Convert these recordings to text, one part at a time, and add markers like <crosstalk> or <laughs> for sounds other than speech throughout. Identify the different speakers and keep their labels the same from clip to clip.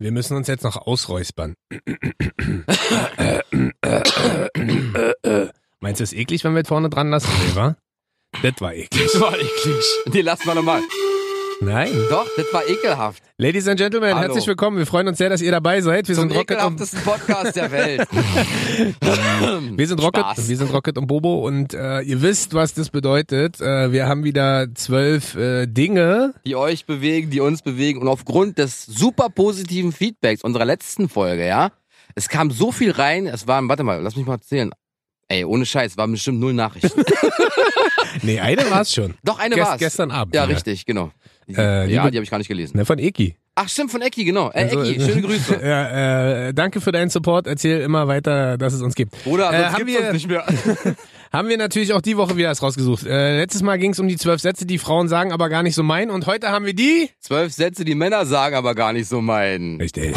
Speaker 1: Wir müssen uns jetzt noch ausräuspern. Meinst du es eklig, wenn wir es vorne dran lassen? Nee, wa? Das war eklig.
Speaker 2: Das war eklig. Nee, lass mal nochmal.
Speaker 1: Nein.
Speaker 2: Doch, das war ekelhaft.
Speaker 1: Ladies and Gentlemen,
Speaker 2: Hallo.
Speaker 1: herzlich willkommen. Wir freuen uns sehr, dass ihr dabei seid. Wir
Speaker 2: Zum
Speaker 1: sind Rocket und
Speaker 2: ekelhaftesten Podcast der Welt.
Speaker 1: <laughs> wir sind Rocket,
Speaker 2: Spaß.
Speaker 1: wir sind Rocket und Bobo und äh, ihr wisst, was das bedeutet. Äh, wir haben wieder zwölf äh, Dinge.
Speaker 2: die euch bewegen, die uns bewegen. Und aufgrund des super positiven Feedbacks unserer letzten Folge, ja, es kam so viel rein, es waren, warte mal, lass mich mal zählen. Ey, ohne Scheiß, waren bestimmt
Speaker 1: <laughs>
Speaker 2: null Nachrichten.
Speaker 1: Nee, eine war's schon.
Speaker 2: Doch, <laughs> eine
Speaker 1: Gest-
Speaker 2: war's.
Speaker 1: gestern Abend.
Speaker 2: Ja, richtig, genau.
Speaker 1: Äh,
Speaker 2: ja,
Speaker 1: liebe-
Speaker 2: die habe ich gar nicht gelesen.
Speaker 1: Ne, von Eki.
Speaker 2: Ach, stimmt, von Ecki, genau. Äh,
Speaker 1: Also,
Speaker 2: Ecki,
Speaker 1: <laughs>
Speaker 2: schöne Grüße.
Speaker 1: ja, äh, danke für deinen Support. Erzähl immer weiter, dass es uns gibt.
Speaker 2: Bruder,
Speaker 1: Äh,
Speaker 2: sonst
Speaker 1: haben
Speaker 2: gibt's
Speaker 1: wir-
Speaker 2: uns nicht mehr. <laughs>
Speaker 1: Haben wir natürlich auch die Woche wieder was rausgesucht. Äh, letztes Mal ging es um die zwölf Sätze, die Frauen sagen, aber gar nicht so meinen. Und heute haben wir die.
Speaker 2: Zwölf Sätze, die Männer sagen, aber gar nicht so meinen.
Speaker 1: Richtig.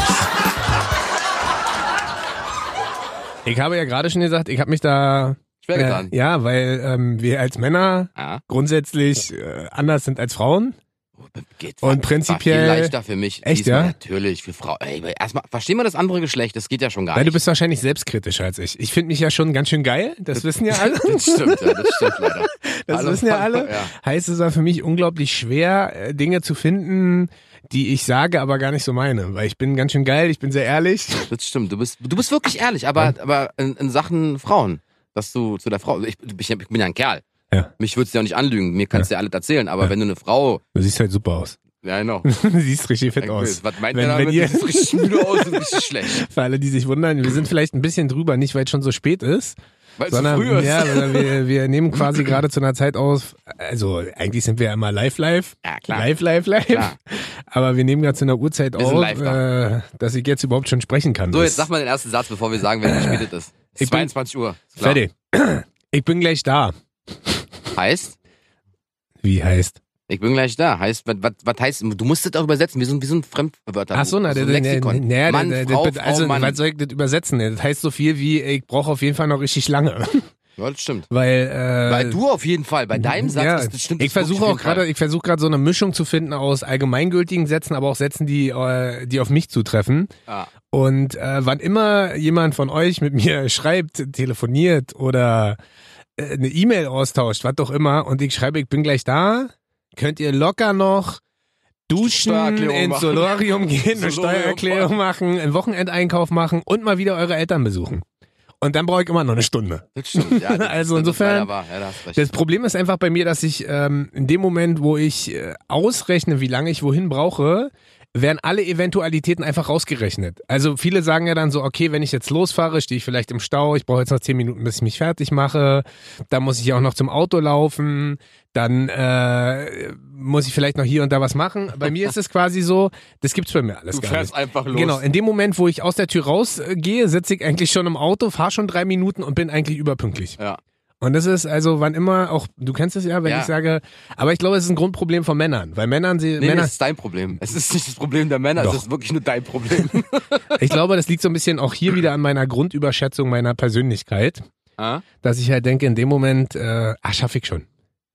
Speaker 1: Ich habe ja gerade schon gesagt, ich habe mich da.
Speaker 2: Schwer getan.
Speaker 1: Äh, ja, weil ähm, wir als Männer
Speaker 2: Ja.
Speaker 1: grundsätzlich äh, anders sind als Frauen.
Speaker 2: Geht
Speaker 1: Und
Speaker 2: verdammt
Speaker 1: prinzipiell-
Speaker 2: Viel leichter für mich.
Speaker 1: Echt,
Speaker 2: Diesmal
Speaker 1: ja?
Speaker 2: Natürlich, für Frau. Ey, aber erstmal, versteh mal das andere Geschlecht, das geht ja schon gar
Speaker 1: Weil
Speaker 2: nicht.
Speaker 1: du bist wahrscheinlich selbstkritischer als ich. Ich finde mich ja schon ganz schön geil. Das wissen <laughs> ja alle.
Speaker 2: Das stimmt, ja, das stimmt leider.
Speaker 1: <laughs> Das
Speaker 2: Hallo,
Speaker 1: wissen ja
Speaker 2: hallo,
Speaker 1: alle.
Speaker 2: ja.
Speaker 1: Heißt, es war für mich unglaublich schwer, äh, Dinge zu finden, die ich sage, aber gar nicht so meine. Weil ich bin ganz schön geil, ich bin sehr ehrlich.
Speaker 2: Das stimmt, du bist, du bist wirklich ehrlich, aber, aber in, in Sachen Frauen, dass du zu der Frau, ich, ich, ich bin ja ein Kerl.
Speaker 1: Ja.
Speaker 2: Mich würdest du ja nicht anlügen, mir kannst du ja alles erzählen, aber wenn du eine Frau,
Speaker 1: Du siehst halt super aus. <laughs>
Speaker 2: ja genau,
Speaker 1: du siehst richtig fett
Speaker 2: Danke,
Speaker 1: aus.
Speaker 2: was meint
Speaker 1: Wenn-
Speaker 2: er
Speaker 1: wenn
Speaker 2: damit,
Speaker 1: ihr-
Speaker 2: das ist richtig müde aus und richtig schlecht,
Speaker 1: <laughs> Für alle, die sich wundern, wir sind vielleicht ein bisschen drüber, nicht weil es schon so spät ist,
Speaker 2: weil es zu
Speaker 1: sondern
Speaker 2: früh ist.
Speaker 1: ja, sondern wir, wir nehmen quasi gerade zu einer Zeit auf, also eigentlich sind wir ja immer live, live.
Speaker 2: <laughs> Ja, klar.
Speaker 1: Live, live, live.
Speaker 2: Klar.
Speaker 1: Aber wir nehmen gerade zu einer Uhrzeit
Speaker 2: Wir sind
Speaker 1: auf,
Speaker 2: live
Speaker 1: äh, dass ich jetzt überhaupt schon sprechen kann.
Speaker 2: So,
Speaker 1: Das-
Speaker 2: jetzt sag mal den ersten Satz, bevor wir sagen, wer gespielt ist.
Speaker 1: Ich bin-
Speaker 2: 22 Uhr. ist klar.
Speaker 1: Fertig. <clears throat> Ich bin gleich da.
Speaker 2: Heißt,
Speaker 1: Wie heißt?
Speaker 2: ich bin gleich da. Heißt, was, was, was heißt, du musst das auch übersetzen, wie so, ein- wie so ein Fremdwörter.
Speaker 1: Ach so, na,
Speaker 2: so
Speaker 1: der,
Speaker 2: ein
Speaker 1: der, der,
Speaker 2: Lexikon.
Speaker 1: der,
Speaker 2: Mann,
Speaker 1: der,
Speaker 2: Frau,
Speaker 1: der, also,
Speaker 2: Frau, Mann.
Speaker 1: was soll ich das übersetzen? Das heißt so viel wie, ich brauche auf jeden Fall noch richtig lange. <laughs>
Speaker 2: Ja, das stimmt.
Speaker 1: Weil, äh,
Speaker 2: Bei du auf jeden Fall, bei deinem Satz,
Speaker 1: ja,
Speaker 2: ist das stimmt.
Speaker 1: Ich
Speaker 2: das
Speaker 1: versuche
Speaker 2: auf
Speaker 1: auch
Speaker 2: jeden Fall.
Speaker 1: gerade, ich versuche gerade so eine Mischung zu finden aus allgemeingültigen Sätzen, aber auch Sätzen, die, äh, die auf mich zutreffen.
Speaker 2: Ah.
Speaker 1: Und äh, wann immer jemand von euch mit mir <laughs> schreibt, telefoniert oder äh, eine E-Mail austauscht, was doch immer, und ich schreibe, ich bin gleich da, könnt ihr locker noch duschen,
Speaker 2: Steuererklärung
Speaker 1: ins
Speaker 2: machen. <laughs>
Speaker 1: Solarium gehen, eine
Speaker 2: Solarium
Speaker 1: Steuererklärung machen, einen Wochenendeinkauf machen und mal wieder eure Eltern besuchen. Und dann brauche ich immer noch eine Stunde.
Speaker 2: Das
Speaker 1: <laughs>
Speaker 2: stimmt, ja. Das,
Speaker 1: Also
Speaker 2: das
Speaker 1: insofern-
Speaker 2: Ist leider wahr. Ja, da hast recht.
Speaker 1: Das Problem ist einfach bei mir, dass ich ähm, in dem Moment, wo ich äh, ausrechne, wie lange ich wohin brauche, werden alle Eventualitäten einfach rausgerechnet. Also viele sagen ja dann so, okay, wenn ich jetzt losfahre, stehe ich vielleicht im Stau, ich brauche jetzt noch zehn Minuten, bis ich mich fertig mache, dann muss ich auch noch zum Auto laufen, dann äh, muss ich vielleicht noch hier und da was machen. Bei mir ist es quasi so, das gibt's bei mir alles
Speaker 2: du
Speaker 1: gar nicht.
Speaker 2: fährst einfach los.
Speaker 1: Genau, in dem Moment, wo ich aus der Tür rausgehe, sitze ich eigentlich schon im Auto, fahre schon drei Minuten und bin eigentlich überpünktlich.
Speaker 2: Ja.
Speaker 1: Und das ist also, wann immer, auch du kennst es ja, wenn
Speaker 2: Ja.
Speaker 1: ich sage, aber ich glaube, es ist ein Grundproblem von Männern, weil Männern, sie,
Speaker 2: Nee,
Speaker 1: Männer,
Speaker 2: das ist dein Problem. Es ist nicht das Problem der Männer,
Speaker 1: Doch.
Speaker 2: es ist wirklich nur
Speaker 1: <laughs>
Speaker 2: dein Problem.
Speaker 1: ich glaube, das liegt so ein bisschen auch hier wieder an meiner Grundüberschätzung meiner Persönlichkeit,
Speaker 2: Ah?
Speaker 1: dass ich halt denke, in dem Moment, äh, ach, schaffe ich schon.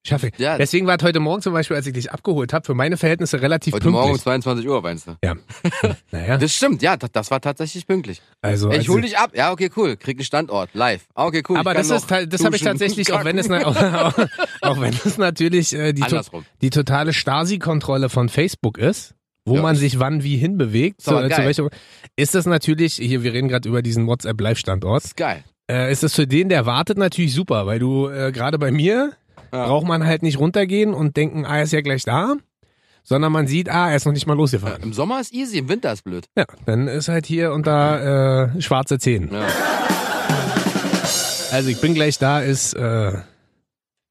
Speaker 1: Schaffe ich.
Speaker 2: Ja.
Speaker 1: Deswegen war es heute Morgen zum Beispiel, als ich dich abgeholt habe, für meine Verhältnisse relativ
Speaker 2: Heute Morgen um
Speaker 1: pünktlich.
Speaker 2: 22 Uhr, meinst du?
Speaker 1: Naja,
Speaker 2: Das stimmt, ja, das, das war tatsächlich pünktlich.
Speaker 1: also.
Speaker 2: Ey,
Speaker 1: als
Speaker 2: ich hol dich ab. Ja, okay, cool. Krieg einen Standort, live. Ah, okay, cool.
Speaker 1: aber
Speaker 2: ich kann
Speaker 1: das ist,
Speaker 2: noch
Speaker 1: ta- das habe ich
Speaker 2: duschen,
Speaker 1: tatsächlich, auch
Speaker 2: <laughs>
Speaker 1: wenn es,
Speaker 2: kacken.
Speaker 1: na- <laughs> auch, auch, auch wenn es natürlich äh, die, to
Speaker 2: Andersrum.
Speaker 1: die totale Stasi-Kontrolle von Facebook ist, wo
Speaker 2: Ja.
Speaker 1: man sich wann wie hinbewegt,
Speaker 2: Ist aber
Speaker 1: zu, zu
Speaker 2: geil.
Speaker 1: welchem, ist das natürlich, hier, wir reden gerade über diesen WhatsApp-Live-Standort,
Speaker 2: Ist geil.
Speaker 1: äh, ist das für den, der wartet, natürlich super, weil du, äh, gerade bei mir,
Speaker 2: Ja.
Speaker 1: braucht man halt nicht runtergehen und denken, ah, er ist ja gleich da, sondern man sieht, ah, er ist noch nicht mal
Speaker 2: Ja,
Speaker 1: losgefahren.
Speaker 2: Im Sommer ist easy, im Winter ist blöd.
Speaker 1: Ja, dann ist halt hier und da äh, schwarze Zehen.
Speaker 2: Ja.
Speaker 1: Also ich bin gleich da, ist, äh,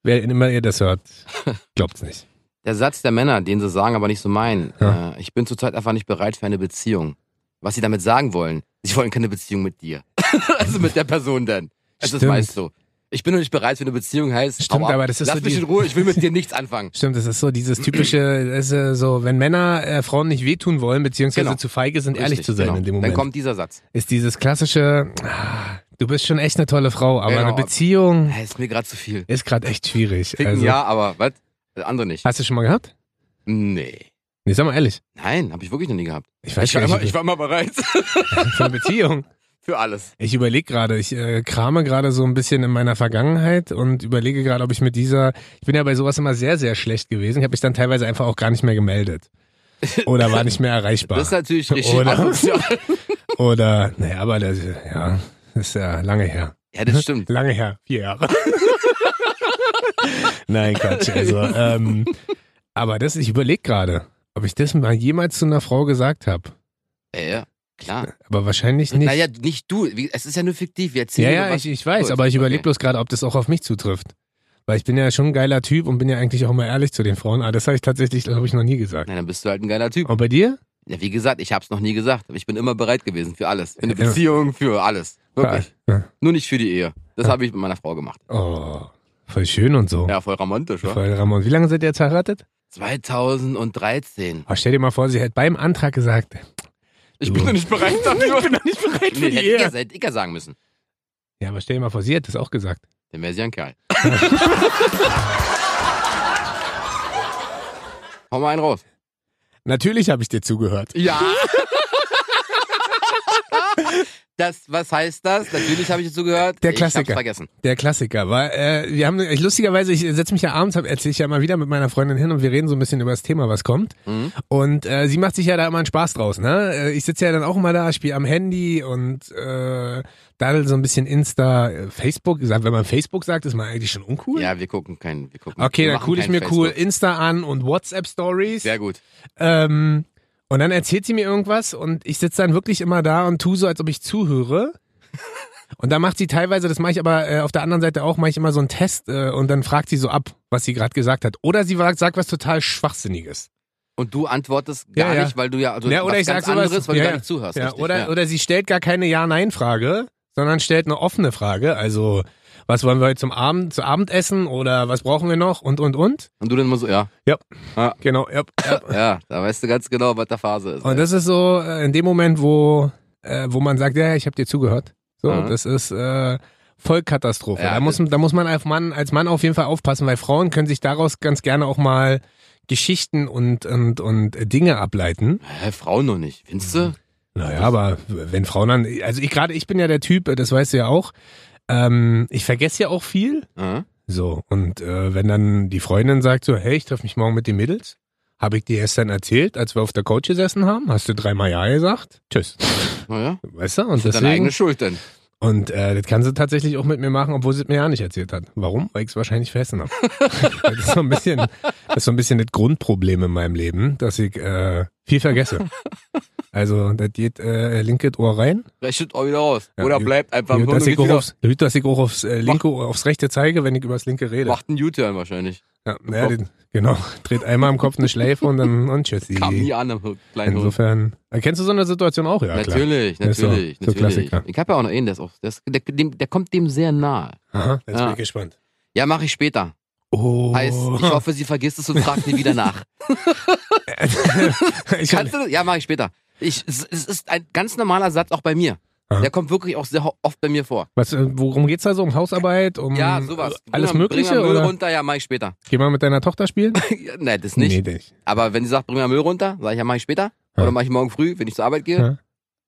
Speaker 1: wer immer ihr das hört, <laughs> glaubt's nicht.
Speaker 2: Der Satz der Männer, den sie sagen, aber nicht so meinen.
Speaker 1: Ja.
Speaker 2: Äh, ich bin zurzeit einfach nicht bereit für eine Beziehung. Was sie damit sagen wollen, sie wollen keine Beziehung mit dir. <laughs> also mit der Person dann. Das ist
Speaker 1: Stimmt.
Speaker 2: meist so. Ich bin noch nicht bereit für eine Beziehung, heißt,
Speaker 1: Stimmt,
Speaker 2: hau ab.
Speaker 1: aber das ist
Speaker 2: lass
Speaker 1: so
Speaker 2: mich
Speaker 1: die-
Speaker 2: in Ruhe, ich will mit dir
Speaker 1: <laughs>
Speaker 2: nichts anfangen.
Speaker 1: Stimmt, das ist so dieses typische, das ist äh, so, wenn Männer äh, Frauen nicht wehtun wollen, beziehungsweise
Speaker 2: Genau.
Speaker 1: zu feige sind, ehrlich
Speaker 2: Richtig,
Speaker 1: zu sein
Speaker 2: genau.
Speaker 1: in dem Moment,
Speaker 2: Dann kommt dieser Satz.
Speaker 1: ist dieses klassische, ah, du bist schon echt eine tolle Frau, aber
Speaker 2: Genau.
Speaker 1: eine Beziehung
Speaker 2: Hä, ist mir gerade zu viel.
Speaker 1: ist gerade echt schwierig.
Speaker 2: Ficken
Speaker 1: Also,
Speaker 2: ja, aber was? Das Äh, andere nicht.
Speaker 1: Hast du schon mal gehabt?
Speaker 2: Nee.
Speaker 1: Nee, sag mal ehrlich.
Speaker 2: Nein, habe ich wirklich noch nie gehabt.
Speaker 1: Ich
Speaker 2: Ich war,
Speaker 1: gar
Speaker 2: immer,
Speaker 1: nicht,
Speaker 2: ich war immer bereit
Speaker 1: <laughs>
Speaker 2: <laughs>
Speaker 1: für eine Beziehung.
Speaker 2: für alles.
Speaker 1: Ich überlege gerade, ich äh, krame gerade so ein bisschen in meiner Vergangenheit und überlege gerade, ob ich mit dieser, ich bin ja bei sowas immer sehr, sehr schlecht gewesen. Ich habe mich dann teilweise einfach auch gar nicht mehr gemeldet.
Speaker 2: <laughs>
Speaker 1: Oder war nicht mehr erreichbar.
Speaker 2: Das
Speaker 1: <laughs>
Speaker 2: ist natürlich richtig.
Speaker 1: Oder?
Speaker 2: asozial.
Speaker 1: <laughs> Oder, naja, aber das, ja, das ist ja lange her.
Speaker 2: Ja, das stimmt.
Speaker 1: Lange her, vier Jahre. <laughs> Nein, Quatsch. Also, ähm, aber das, ich überlege gerade, ob ich das mal jemals zu einer Frau gesagt habe.
Speaker 2: Ja, ja, klar.
Speaker 1: Aber wahrscheinlich nicht.
Speaker 2: Naja, nicht du. Wie- Es ist ja nur fiktiv. Wir erzählen
Speaker 1: ja,
Speaker 2: nur
Speaker 1: ja,
Speaker 2: was.
Speaker 1: ich, ich weiß,
Speaker 2: Gut,
Speaker 1: aber ich überlege
Speaker 2: okay.
Speaker 1: bloß gerade, ob das auch auf mich zutrifft. Weil ich bin ja schon ein geiler Typ und bin ja eigentlich auch mal ehrlich zu den Frauen. Aber das habe ich tatsächlich, glaube ich, noch nie gesagt.
Speaker 2: Na, dann bist du halt ein geiler Typ.
Speaker 1: Und bei dir?
Speaker 2: Ja, wie gesagt, ich hab's noch nie gesagt. aber Ich bin immer bereit gewesen für alles. Für eine
Speaker 1: Ja.
Speaker 2: Beziehung, für alles. Wirklich.
Speaker 1: Ja.
Speaker 2: Nur nicht für die Ehe. Das habe ich mit meiner Frau gemacht.
Speaker 1: Oh, voll schön und so.
Speaker 2: Ja, voll romantisch, oder?
Speaker 1: Voll Ramon. Wie lange seid ihr jetzt verheiratet?
Speaker 2: 2013.
Speaker 1: Oh, stell dir mal vor, sie hätte beim Antrag gesagt,
Speaker 2: Ich
Speaker 1: Du.
Speaker 2: bin noch nicht <laughs> bereit dafür. ich bin noch nicht
Speaker 1: bereit für die
Speaker 2: hätte ich,
Speaker 1: Ehe.
Speaker 2: ja- hätte ich ja sagen müssen.
Speaker 1: Ja, aber stell dir mal vor, sie hätte es auch gesagt.
Speaker 2: Dann wäre sie ja ein <laughs> Kerl. Hau mal einen raus.
Speaker 1: Natürlich habe ich dir zugehört.
Speaker 2: Ja. <laughs> Das, was heißt das? Natürlich habe ich dazu gehört.
Speaker 1: Der
Speaker 2: Ich
Speaker 1: Klassiker.
Speaker 2: hab's vergessen.
Speaker 1: Der Klassiker war, äh, wir haben, ich, lustigerweise, ich setze mich ja abends, erzähle ich ja mal wieder mit meiner Freundin hin und wir reden so ein bisschen über das Thema, was kommt.
Speaker 2: Mhm.
Speaker 1: Und äh, sie macht sich ja da immer einen Spaß draus, ne? Äh, Ich sitze ja dann auch immer da, spiele am Handy und äh, daddel so ein bisschen Insta, äh, Facebook. Sag, Wenn man Facebook sagt, ist man eigentlich schon uncool.
Speaker 2: Ja, wir gucken keinen. Wir gucken,
Speaker 1: Okay,
Speaker 2: wir
Speaker 1: dann
Speaker 2: machen
Speaker 1: cool ich
Speaker 2: kein
Speaker 1: mir
Speaker 2: Facebook.
Speaker 1: cool Insta an und WhatsApp-Stories.
Speaker 2: Sehr gut.
Speaker 1: Ähm, und dann erzählt sie mir irgendwas und ich sitze dann wirklich immer da und tu so, als ob ich zuhöre. Und dann macht sie teilweise, das mache ich aber äh, auf der anderen Seite auch, mache ich immer so einen Test äh, und dann fragt sie so ab, was sie gerade gesagt hat. Oder sie sagt, sagt was total Schwachsinniges.
Speaker 2: Und du antwortest gar
Speaker 1: Ja, ja.
Speaker 2: nicht, weil du ja, also
Speaker 1: Ja, oder
Speaker 2: was
Speaker 1: ich
Speaker 2: ganz
Speaker 1: sag sowas-
Speaker 2: anderes, weil
Speaker 1: ja,
Speaker 2: du
Speaker 1: ja.
Speaker 2: gar nicht zuhörst.
Speaker 1: ja,
Speaker 2: richtig,
Speaker 1: oder,
Speaker 2: ja.
Speaker 1: oder sie stellt gar keine Ja-Nein-Frage, sondern stellt eine offene Frage. Also, was wollen wir heute zum Abend, zu Abendessen oder was brauchen wir noch und, und, und.
Speaker 2: Und du dann immer so, ja,
Speaker 1: Genau, ja, ja,
Speaker 2: ja, da weißt du ganz genau, was der Phase ist.
Speaker 1: Und das ist so äh, in dem Moment, wo, äh, wo man sagt, ja, ja, ich habe dir zugehört. So,
Speaker 2: Mhm.
Speaker 1: das ist äh, Vollkatastrophe.
Speaker 2: Ja,
Speaker 1: da, muss, da muss man als Mann, als Mann auf jeden Fall aufpassen, weil Frauen können sich daraus ganz gerne auch mal Geschichten und, und, und äh, Dinge ableiten.
Speaker 2: Hä, Frauen noch nicht, findest du?
Speaker 1: Naja, aber wenn Frauen dann, also ich gerade, ich bin ja der Typ, äh, das weißt du ja auch, ähm, ich vergesse ja auch viel.
Speaker 2: Ja.
Speaker 1: So, und äh, wenn dann die Freundin sagt so, hey, ich treffe mich morgen mit den Mädels, habe ich dir erst dann erzählt, als wir auf der Couch gesessen haben, hast du dreimal Ja gesagt, tschüss.
Speaker 2: Naja.
Speaker 1: Weißt du? Und
Speaker 2: Das ist deine
Speaker 1: deswegen.
Speaker 2: eigene Schuld denn.
Speaker 1: Und äh, das kann sie tatsächlich auch mit mir machen, obwohl sie es mir ja nicht erzählt hat. Warum? Weil ich es wahrscheinlich vergessen
Speaker 2: <laughs>
Speaker 1: habe. das, ist so ein bisschen, das ist so ein bisschen das Grundproblem in meinem Leben, dass ich äh, viel vergesse. Also, das geht äh, linke Ohr rein.
Speaker 2: Vielleicht schüttet auch wieder raus.
Speaker 1: Ja,
Speaker 2: oder
Speaker 1: ihr-
Speaker 2: bleibt einfach im
Speaker 1: Gut, dass
Speaker 2: Grunde
Speaker 1: ich
Speaker 2: geht
Speaker 1: auch
Speaker 2: wieder,
Speaker 1: aufs, gut, dass ich auch aufs äh, linke, Ohr- aufs rechte zeige, wenn ich über das linke rede.
Speaker 2: macht einen U-Turn wahrscheinlich.
Speaker 1: Ja, naja, den, genau. Dreht einmal im Kopf eine Schleife und dann und tschüss.
Speaker 2: Kam nie an am kleinen Hund.
Speaker 1: Insofern. Erkennst du so eine Situation auch, ja? Klar.
Speaker 2: Natürlich,
Speaker 1: Ja, so.
Speaker 2: natürlich,
Speaker 1: So
Speaker 2: natürlich.
Speaker 1: Klassiker.
Speaker 2: Ich habe ja auch noch einen, der ist auch, der, ist, der, dem, der kommt dem sehr nahe.
Speaker 1: Aha, jetzt bin
Speaker 2: Ja.
Speaker 1: ich gespannt.
Speaker 2: Ja, mache ich später.
Speaker 1: Oh.
Speaker 2: Heißt, ich hoffe, sie vergisst es und fragt nie wieder nach.
Speaker 1: <laughs> Oh. Ich hab-
Speaker 2: Kannst du das? Ja, mache ich später. Ich, es, es ist ein ganz normaler Satz auch bei mir.
Speaker 1: Aha.
Speaker 2: Der kommt wirklich auch sehr ho- oft bei mir vor.
Speaker 1: Was, äh, worum geht's da so? Um Hausarbeit? Um
Speaker 2: Ja, sowas.
Speaker 1: Alles
Speaker 2: bring mal,
Speaker 1: Mögliche?
Speaker 2: Bring mal Müll
Speaker 1: oder?
Speaker 2: runter, ja, mach ich später.
Speaker 1: Geh mal mit deiner Tochter spielen?
Speaker 2: Nein, das nicht.
Speaker 1: Nee, nicht.
Speaker 2: Aber wenn sie sagt, bring mal Müll runter, sage ich, ja, mach ich später.
Speaker 1: Ja.
Speaker 2: Oder mach ich morgen früh, wenn ich zur Arbeit gehe.
Speaker 1: Ja.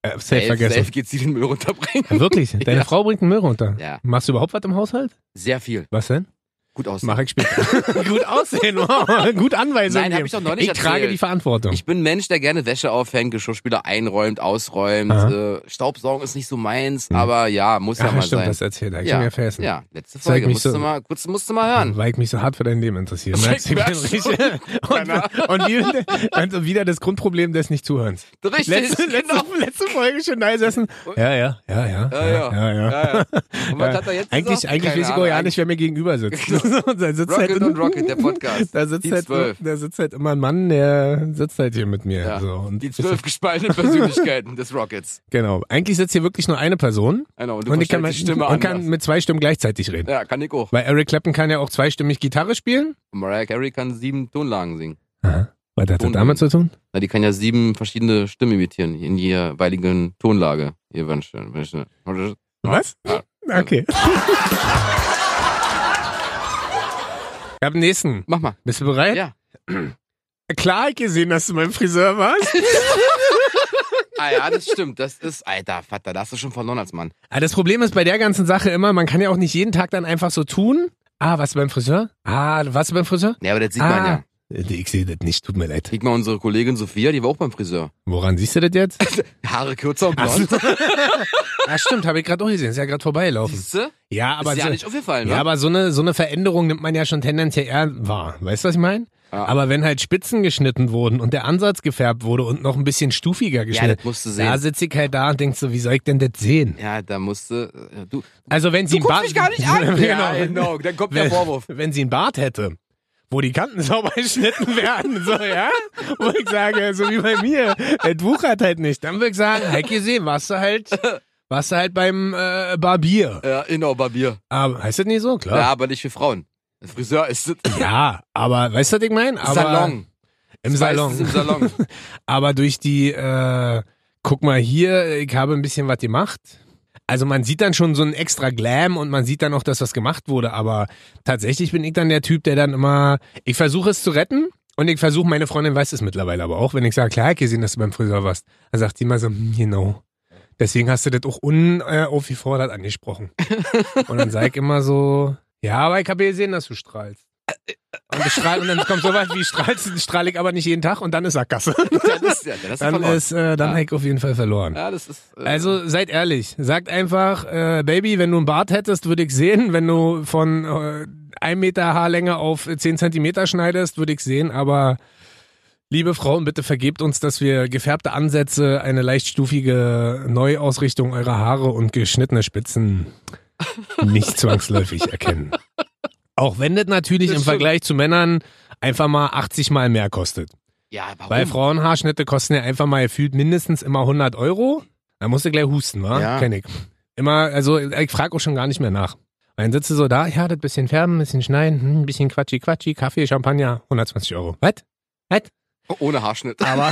Speaker 1: Äh, safe
Speaker 2: Safe-
Speaker 1: vergessen.
Speaker 2: safe geht sie den Müll runterbringen.
Speaker 1: Ja,
Speaker 2: <laughs>
Speaker 1: wirklich? Deine
Speaker 2: Ja.
Speaker 1: Frau bringt den Müll runter.
Speaker 2: Ja,
Speaker 1: Machst du überhaupt was im Haushalt?
Speaker 2: sehr viel.
Speaker 1: Was denn?
Speaker 2: Gut aus.
Speaker 1: Mach ich
Speaker 2: <laughs>
Speaker 1: später. Gut aussehen, wow. <laughs> Gut Anweisungen.
Speaker 2: Nein, hab
Speaker 1: geben.
Speaker 2: ich doch noch nicht
Speaker 1: Ich trage
Speaker 2: erzählt.
Speaker 1: die Verantwortung.
Speaker 2: Ich bin ein Mensch, der gerne Wäsche aufhängt, Geschirrspüler einräumt, ausräumt.
Speaker 1: Aha.
Speaker 2: Äh, Staubsaugen ist nicht so meins,
Speaker 1: Hm.
Speaker 2: aber ja, muss ja
Speaker 1: Ach,
Speaker 2: mal
Speaker 1: stimmt,
Speaker 2: sein.
Speaker 1: das erzählt. Ich
Speaker 2: Ja.
Speaker 1: ja. mir vergessen.
Speaker 2: Ja, letzte
Speaker 1: Zeig
Speaker 2: Folge.
Speaker 1: mich
Speaker 2: Musst,
Speaker 1: so.
Speaker 2: du mal, kurz, musst du
Speaker 1: <laughs>
Speaker 2: mal hören.
Speaker 1: Weil ich mich so hart für dein Leben interessiere.
Speaker 2: Zeig
Speaker 1: Merkst du, ich bin
Speaker 2: mir
Speaker 1: richtig-
Speaker 2: so. <laughs>
Speaker 1: und, und, wieder, und wieder das Grundproblem des Nicht-Zuhörens.
Speaker 2: Richtig,
Speaker 1: Letzte,
Speaker 2: genau. <laughs>
Speaker 1: letzte, letzte Folge schon da gesessen. Ja, ja, ja, ja.
Speaker 2: Ja,
Speaker 1: <laughs>
Speaker 2: ja. Ja, ja. Und was hat er jetzt
Speaker 1: Eigentlich,
Speaker 2: gesagt?
Speaker 1: eigentlich
Speaker 2: Keine
Speaker 1: weiß ich auch
Speaker 2: Ahnung,
Speaker 1: ja nicht, wer mir gegenüber sitzt. <laughs> Und da sitzt halt
Speaker 2: Rocket und Rocket, der
Speaker 1: <laughs>
Speaker 2: Podcast.
Speaker 1: Da sitzt,
Speaker 2: Die
Speaker 1: halt,
Speaker 2: zwölf.
Speaker 1: da sitzt halt immer ein Mann, der sitzt halt hier mit mir.
Speaker 2: Ja.
Speaker 1: So. Und
Speaker 2: Die
Speaker 1: <laughs>
Speaker 2: zwölf gespaltenen Persönlichkeiten des Rockets.
Speaker 1: Genau. Eigentlich sitzt hier wirklich nur eine Person
Speaker 2: Genau, und du
Speaker 1: und ich kann,
Speaker 2: verstellst die Stimme
Speaker 1: und kann
Speaker 2: anders.
Speaker 1: mit zwei Stimmen gleichzeitig reden.
Speaker 2: Ja, kann ich auch.
Speaker 1: Weil Eric Clapton kann ja auch zweistimmig Gitarre spielen.
Speaker 2: Und Mariah Carey kann sieben Tonlagen singen.
Speaker 1: Aha. Was hat das
Speaker 2: Und-
Speaker 1: damit zu tun?
Speaker 2: Na, die kann ja sieben verschiedene Stimmen imitieren in der jeweiligen Tonlage. Ihr Wünsche. Wünsche.
Speaker 1: Was?
Speaker 2: Ja.
Speaker 1: Okay. Ich hab den nächsten.
Speaker 2: Mach mal.
Speaker 1: Bist du bereit?
Speaker 2: Ja.
Speaker 1: klar gesehen, dass du mein Friseur warst.
Speaker 2: Ah ja, das stimmt. Das ist, alter Vater, da hast du schon verloren als Mann.
Speaker 1: Aber Ah, das Problem ist bei der ganzen Sache immer, man kann ja auch nicht jeden Tag dann einfach so tun. Ah, warst du beim Friseur? Ah, warst du beim Friseur?
Speaker 2: Ja, aber das sieht
Speaker 1: ah.
Speaker 2: man ja.
Speaker 1: Ich sehe das nicht, tut mir leid.
Speaker 2: Krieg mal unsere Kollegin Sophia, die war auch beim Friseur.
Speaker 1: Woran siehst du das jetzt? <laughs>
Speaker 2: Haare kürzer und blond.
Speaker 1: Ah, stimmt, habe ich gerade auch gesehen. Ist ja gerade vorbeigelaufen.
Speaker 2: Siehste?
Speaker 1: Ja, aber,
Speaker 2: ist ja
Speaker 1: so,
Speaker 2: nicht aufgefallen, ne?
Speaker 1: ja, aber so, eine, so eine Veränderung nimmt man ja schon tendenziell eher wahr. Weißt du, was ich meine?
Speaker 2: Ja.
Speaker 1: Aber wenn halt Spitzen geschnitten wurden und der Ansatz gefärbt wurde und noch ein bisschen stufiger
Speaker 2: ja,
Speaker 1: geschnitten,
Speaker 2: das musst du
Speaker 1: da
Speaker 2: sehen.
Speaker 1: sitze ich halt da und denk so, wie soll ich denn das sehen?
Speaker 2: Ja, da musst du, äh, du,
Speaker 1: Also wenn sie
Speaker 2: du
Speaker 1: einen
Speaker 2: guckst
Speaker 1: Bart,
Speaker 2: mich gar
Speaker 1: <laughs>
Speaker 2: nicht an. Ja,
Speaker 1: genau.
Speaker 2: genau, dann kommt der
Speaker 1: Wenn-
Speaker 2: Vorwurf.
Speaker 1: Wenn sie einen Bart hätte, wo die Kanten <laughs> sauber geschnitten werden, so, ja? Wo ich sage, so wie bei mir, es wuchert halt nicht. Dann würde ich sagen, heck gesehen, warst du halt, warst du halt beim äh, Barbier.
Speaker 2: Ja, genau, Barbier.
Speaker 1: Aber, heißt das nicht so?
Speaker 2: Ja.
Speaker 1: Klar.
Speaker 2: aber nicht für Frauen. Ein Friseur ist es.
Speaker 1: Ja, aber, weißt du, was ich meine? Aber-
Speaker 2: Salon.
Speaker 1: Im
Speaker 2: Meistens
Speaker 1: Salon.
Speaker 2: Im Salon.
Speaker 1: <laughs> Aber durch die, äh, guck mal hier, ich habe ein bisschen was gemacht. Also man sieht dann schon so ein extra Glam und man sieht dann auch, dass was gemacht wurde. Aber tatsächlich bin ich dann der Typ, der dann immer, ich versuche es zu retten und ich versuche, meine Freundin weiß es mittlerweile aber auch, wenn ich sage, klar, ich hab gesehen, dass du beim Friseur warst. Dann sagt sie immer so, hm, genau. Deswegen hast du das auch unaufgefordert angesprochen. Und dann sag ich immer so, ja, aber ich habe gesehen, dass du strahlst. Und, ich strahl, und dann kommt sowas wie strahlst, strahle ich aber nicht jeden Tag und dann ist Sackgasse.
Speaker 2: dann ist, ja, dann ist
Speaker 1: Dann
Speaker 2: verloren.
Speaker 1: ist, äh, dann
Speaker 2: Ja.
Speaker 1: ja. Heck auf jeden Fall verloren.
Speaker 2: ja, das ist. Äh,
Speaker 1: Also seid ehrlich, sagt einfach, äh, Baby, wenn du einen Bart hättest, würde ich sehen. Wenn du von äh, 1 Meter Haarlänge auf 10 Zentimeter schneidest, würde ich sehen. Aber liebe Frauen, bitte vergebt uns, dass wir gefärbte Ansätze, eine leichtstufige Neuausrichtung eurer Haare und geschnittene
Speaker 2: <laughs>
Speaker 1: Spitzen nicht zwangsläufig erkennen. Auch wenn das natürlich
Speaker 2: Das
Speaker 1: im
Speaker 2: stimmt.
Speaker 1: Vergleich zu Männern einfach mal 80 Mal mehr kostet.
Speaker 2: ja, warum?
Speaker 1: Weil Frauenhaarschnitte kosten ja einfach mal gefühlt mindestens immer 100 Euro. Da musst du gleich husten, wa?
Speaker 2: Ja.
Speaker 1: Kenn ich. Immer, also ich frage auch schon gar nicht mehr nach. Weil dann sitzt du so da, ja, das bisschen färben, bisschen schneiden, hm, ein bisschen quatschi quatschi, Kaffee, Champagner, 120 Euro. Was?
Speaker 2: Ohne Haarschnitt.
Speaker 1: Aber <laughs>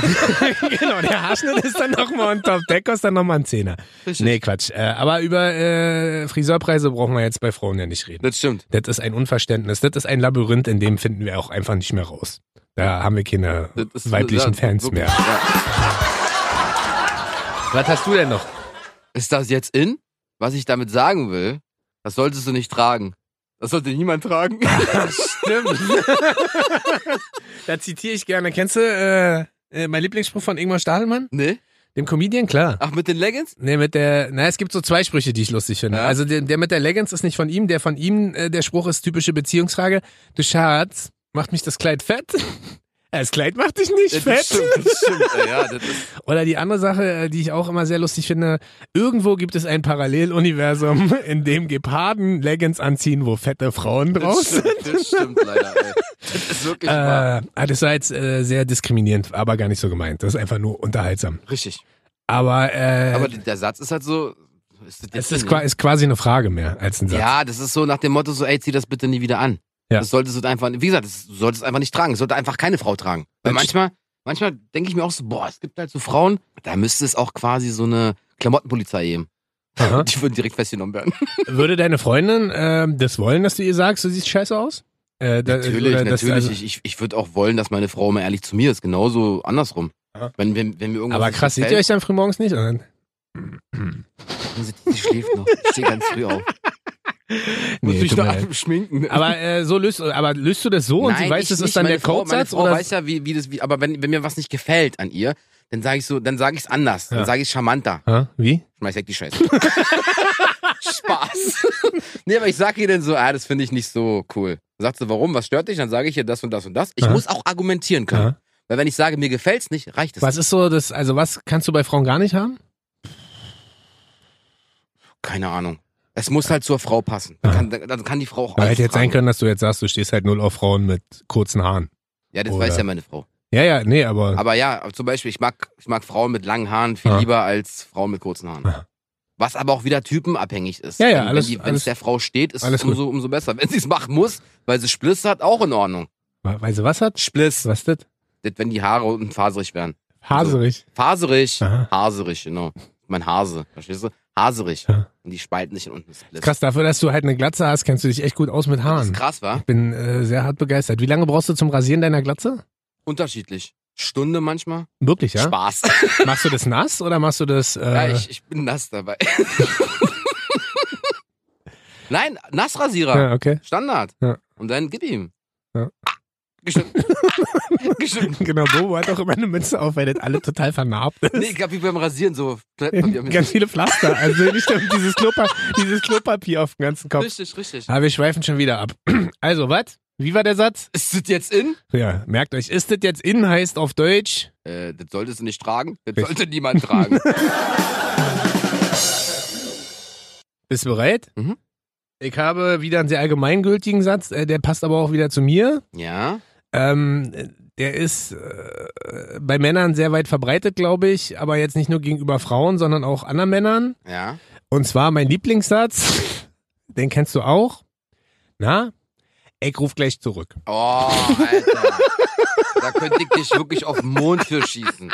Speaker 1: genau, der Haarschnitt ist dann nochmal on top, der kostet dann nochmal einen Zehner.
Speaker 2: Richtig.
Speaker 1: Nee, Quatsch. Äh, aber über äh, Friseurpreise brauchen wir jetzt bei Frauen ja nicht reden.
Speaker 2: Das stimmt.
Speaker 1: Das ist ein Unverständnis, das ist ein Labyrinth, in dem finden wir auch einfach nicht mehr raus. Da haben wir keine
Speaker 2: Das ist,
Speaker 1: weiblichen
Speaker 2: ja,
Speaker 1: Fans
Speaker 2: wirklich,
Speaker 1: mehr.
Speaker 2: Ja.
Speaker 1: Was hast du denn noch?
Speaker 2: Ist das jetzt in? Was ich damit sagen will, das solltest du nicht tragen. Das sollte niemand tragen.
Speaker 1: Stimmt. <laughs> da zitiere ich gerne. Kennst du äh, äh, mein Lieblingsspruch von Ingmar Stadelmann?
Speaker 2: <laughs> nee?
Speaker 1: Dem Comedian? Klar.
Speaker 2: Ach, mit den Leggings?
Speaker 1: Nee, mit der, na, es gibt so zwei Sprüche, die ich lustig finde.
Speaker 2: Ja.
Speaker 1: Also der, der mit der Leggings ist nicht von ihm, der von ihm, äh, der Spruch ist typische Beziehungsfrage. Du Schatz, macht mich das Kleid fett? <laughs> Das Kleid macht dich nicht
Speaker 2: Das
Speaker 1: fett.
Speaker 2: stimmt, das stimmt. ey, Ja, das ist,
Speaker 1: Oder die andere Sache, äh, die ich auch immer sehr lustig finde, irgendwo gibt es ein Paralleluniversum, <laughs> in dem Geparden Leggings anziehen, wo fette Frauen drauf
Speaker 2: das,
Speaker 1: sind.
Speaker 2: stimmt das stimmt leider. Ey. Das ist wirklich wahr.
Speaker 1: Äh, ah, das war jetzt äh, sehr diskriminierend, aber gar nicht so gemeint. Das ist einfach nur unterhaltsam.
Speaker 2: Richtig.
Speaker 1: Aber, äh,
Speaker 2: Aber der Satz ist halt so. Ist das jetzt
Speaker 1: es ist,
Speaker 2: in? ne?
Speaker 1: qua- ist quasi eine Frage mehr als ein Satz.
Speaker 2: Ja, das ist so nach dem Motto so, ey, zieh das bitte nie wieder an.
Speaker 1: Ja.
Speaker 2: Das solltest du einfach, wie gesagt, das solltest du einfach nicht tragen. Das sollte einfach keine Frau tragen. Weil
Speaker 1: Das-
Speaker 2: manchmal, manchmal denke ich mir auch so, boah, es gibt halt so Frauen, da müsste es auch quasi so eine Klamottenpolizei geben.
Speaker 1: Aha.
Speaker 2: Die würden direkt festgenommen werden.
Speaker 1: Würde deine Freundin ähm, das wollen, dass du ihr sagst, du siehst scheiße aus? Äh, da-
Speaker 2: natürlich,
Speaker 1: oder das-
Speaker 2: natürlich.
Speaker 1: also-
Speaker 2: ich ich, ich würde auch wollen, dass meine Frau mal ehrlich zu mir ist. Genauso andersrum.
Speaker 1: Aha.
Speaker 2: Wenn, wenn, wenn mir irgendwas
Speaker 1: aber
Speaker 2: nicht
Speaker 1: krass, seht ihr
Speaker 2: gefällt,
Speaker 1: euch dann frühmorgens nicht an?
Speaker 2: dann sitzt Sie, sie schläft noch. Ich stehe ganz
Speaker 1: <laughs>
Speaker 2: früh auf. Muss mich
Speaker 1: tut mir
Speaker 2: noch
Speaker 1: leid.
Speaker 2: ab- schminken.
Speaker 1: aber, äh, so löst, aber löst du das so und sie weiß,
Speaker 2: ich
Speaker 1: das
Speaker 2: nicht.
Speaker 1: ist dann
Speaker 2: meine
Speaker 1: der
Speaker 2: Frau, Meine
Speaker 1: Codesatz?
Speaker 2: Frau
Speaker 1: Oder
Speaker 2: weiß ja, wie, wie das, wie, aber wenn, wenn mir was nicht gefällt an ihr, dann sage ich so, dann sage ich es anders. Dann
Speaker 1: Ja.
Speaker 2: sage ich charmanter.
Speaker 1: Hä? Wie?
Speaker 2: Schmeiß weg
Speaker 1: <laughs>
Speaker 2: die Scheiße. Spaß. <laughs> nee, aber ich sage ihr dann so, ah, das finde ich nicht so cool. Dann sagt sie, warum? Was stört dich? Dann sage ich ihr das und das und das. Ich
Speaker 1: Ja.
Speaker 2: muss auch argumentieren können.
Speaker 1: Ja.
Speaker 2: Weil wenn ich sage, mir gefällt's nicht, reicht es.
Speaker 1: Was ist so das, also was kannst du bei Frauen gar nicht haben?
Speaker 2: Keine Ahnung. Es muss halt zur Frau passen. Dann
Speaker 1: Ja.
Speaker 2: kann, dann- dann kann die Frau auch
Speaker 1: Weil
Speaker 2: alles
Speaker 1: hätte jetzt sein
Speaker 2: tragen.
Speaker 1: können, dass du jetzt sagst, du stehst halt null auf Frauen mit kurzen Haaren.
Speaker 2: Ja, das
Speaker 1: Oder-
Speaker 2: weiß ja meine Frau.
Speaker 1: Ja, ja, nee, aber.
Speaker 2: Aber ja, zum Beispiel, ich mag, ich mag Frauen mit langen Haaren viel
Speaker 1: Ja.
Speaker 2: lieber als Frauen mit kurzen Haaren.
Speaker 1: Ja.
Speaker 2: Was aber auch wieder typenabhängig ist.
Speaker 1: Ja, ja,
Speaker 2: wenn,
Speaker 1: alles-
Speaker 2: wenn die- wenn es
Speaker 1: alles-
Speaker 2: der Frau steht, ist es
Speaker 1: alles gut.
Speaker 2: umso, umso besser. Wenn sie es machen muss, weil sie Spliss hat, auch in Ordnung.
Speaker 1: Weißt du, was hat?
Speaker 2: Spliss.
Speaker 1: Was ist das?
Speaker 2: Das, wenn die Haare unten faserig werden.
Speaker 1: Haserich.
Speaker 2: Faserig.
Speaker 1: Aha.
Speaker 2: Haserig, genau. Mein Hase, verstehst du? Haserig.
Speaker 1: Ja.
Speaker 2: Und die spalten sich in unten Spliss.
Speaker 1: Krass, dafür, dass du halt eine Glatze hast, kennst du dich echt gut aus mit
Speaker 2: Das ist
Speaker 1: Haaren.
Speaker 2: krass, wa?
Speaker 1: Bin äh, sehr hart begeistert. Wie lange brauchst du zum Rasieren deiner Glatze?
Speaker 2: Unterschiedlich. Stunde manchmal.
Speaker 1: Wirklich, ja?
Speaker 2: Spaß.
Speaker 1: Machst du das nass oder machst du das. Äh,
Speaker 2: Ja, ich, ich bin nass dabei. <laughs> Nein, Nassrasierer.
Speaker 1: ja, okay. <laughs>
Speaker 2: Standard.
Speaker 1: Ja.
Speaker 2: Und dann gib ihm.
Speaker 1: Ja.
Speaker 2: Ah, <laughs> Geschnitten. Ah, Geschnitten.
Speaker 1: Genau, Bobo hat auch immer eine Mütze auf, weil das alle total vernarbt ist. <laughs>
Speaker 2: Nee, ich glaub, wie beim Rasieren so. Toilettenpapier mit-
Speaker 1: Ganz viele Pflaster. Also nicht nur dieses,
Speaker 2: <laughs>
Speaker 1: Klopa dieses Klopapier auf dem ganzen Kopf.
Speaker 2: Richtig, richtig.
Speaker 1: Aber wir schweifen schon wieder ab. <clears throat> Also, was? Wie war der Satz?
Speaker 2: Ist das jetzt in?
Speaker 1: Ja, merkt euch, ist das jetzt in heißt auf Deutsch?
Speaker 2: Äh, das solltest du nicht tragen. Das
Speaker 1: Richtig.
Speaker 2: sollte
Speaker 1: <laughs>
Speaker 2: niemand tragen.
Speaker 1: Bist du bereit?
Speaker 2: Mhm.
Speaker 1: Ich habe wieder einen sehr allgemeingültigen Satz, äh, der passt aber auch wieder zu mir.
Speaker 2: ja.
Speaker 1: Ähm, der ist äh, bei Männern sehr weit verbreitet, glaube ich, aber jetzt nicht nur gegenüber Frauen, sondern auch anderen Männern.
Speaker 2: Ja.
Speaker 1: Und zwar mein Lieblingssatz, <laughs> den kennst du auch. Na, ich ruf gleich zurück.
Speaker 2: Oh, Alter. da könnte ich dich wirklich auf den Mond für schießen.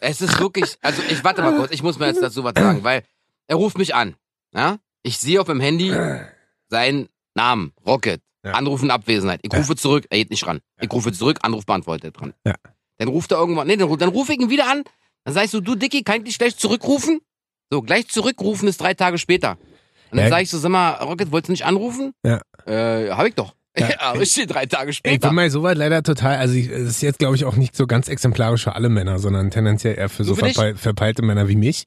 Speaker 2: Es ist wirklich, also ich warte mal kurz, ich muss mir jetzt dazu was sagen, weil er ruft mich an. Ja? Ich sehe auf dem Handy seinen Namen, Rocket,
Speaker 1: Ja.
Speaker 2: Anrufen Abwesenheit. Ich
Speaker 1: Ja.
Speaker 2: rufe zurück, er geht nicht ran. Ich rufe zurück, Anruf beantwortet dran.
Speaker 1: Ja.
Speaker 2: Dann ruft er irgendwann, nee, dann, ru- dann rufe ich ihn wieder an. Dann sag ich so, du Dicky, kann ich dich gleich zurückrufen? So, gleich zurückrufen ist drei Tage später. Und dann
Speaker 1: Ja.
Speaker 2: sag ich so, sag mal, Rocket, wolltest du nicht anrufen?
Speaker 1: Ja.
Speaker 2: Äh, hab ich doch.
Speaker 1: Ja.
Speaker 2: <laughs> Aber ich stehe drei Tage
Speaker 1: Ich bin
Speaker 2: später.
Speaker 1: mal soweit leider total, also ich, es ist jetzt glaube ich auch nicht so ganz exemplarisch für alle Männer, sondern tendenziell eher für so
Speaker 2: Nur für dich?
Speaker 1: verpeil, verpeilte Männer wie mich.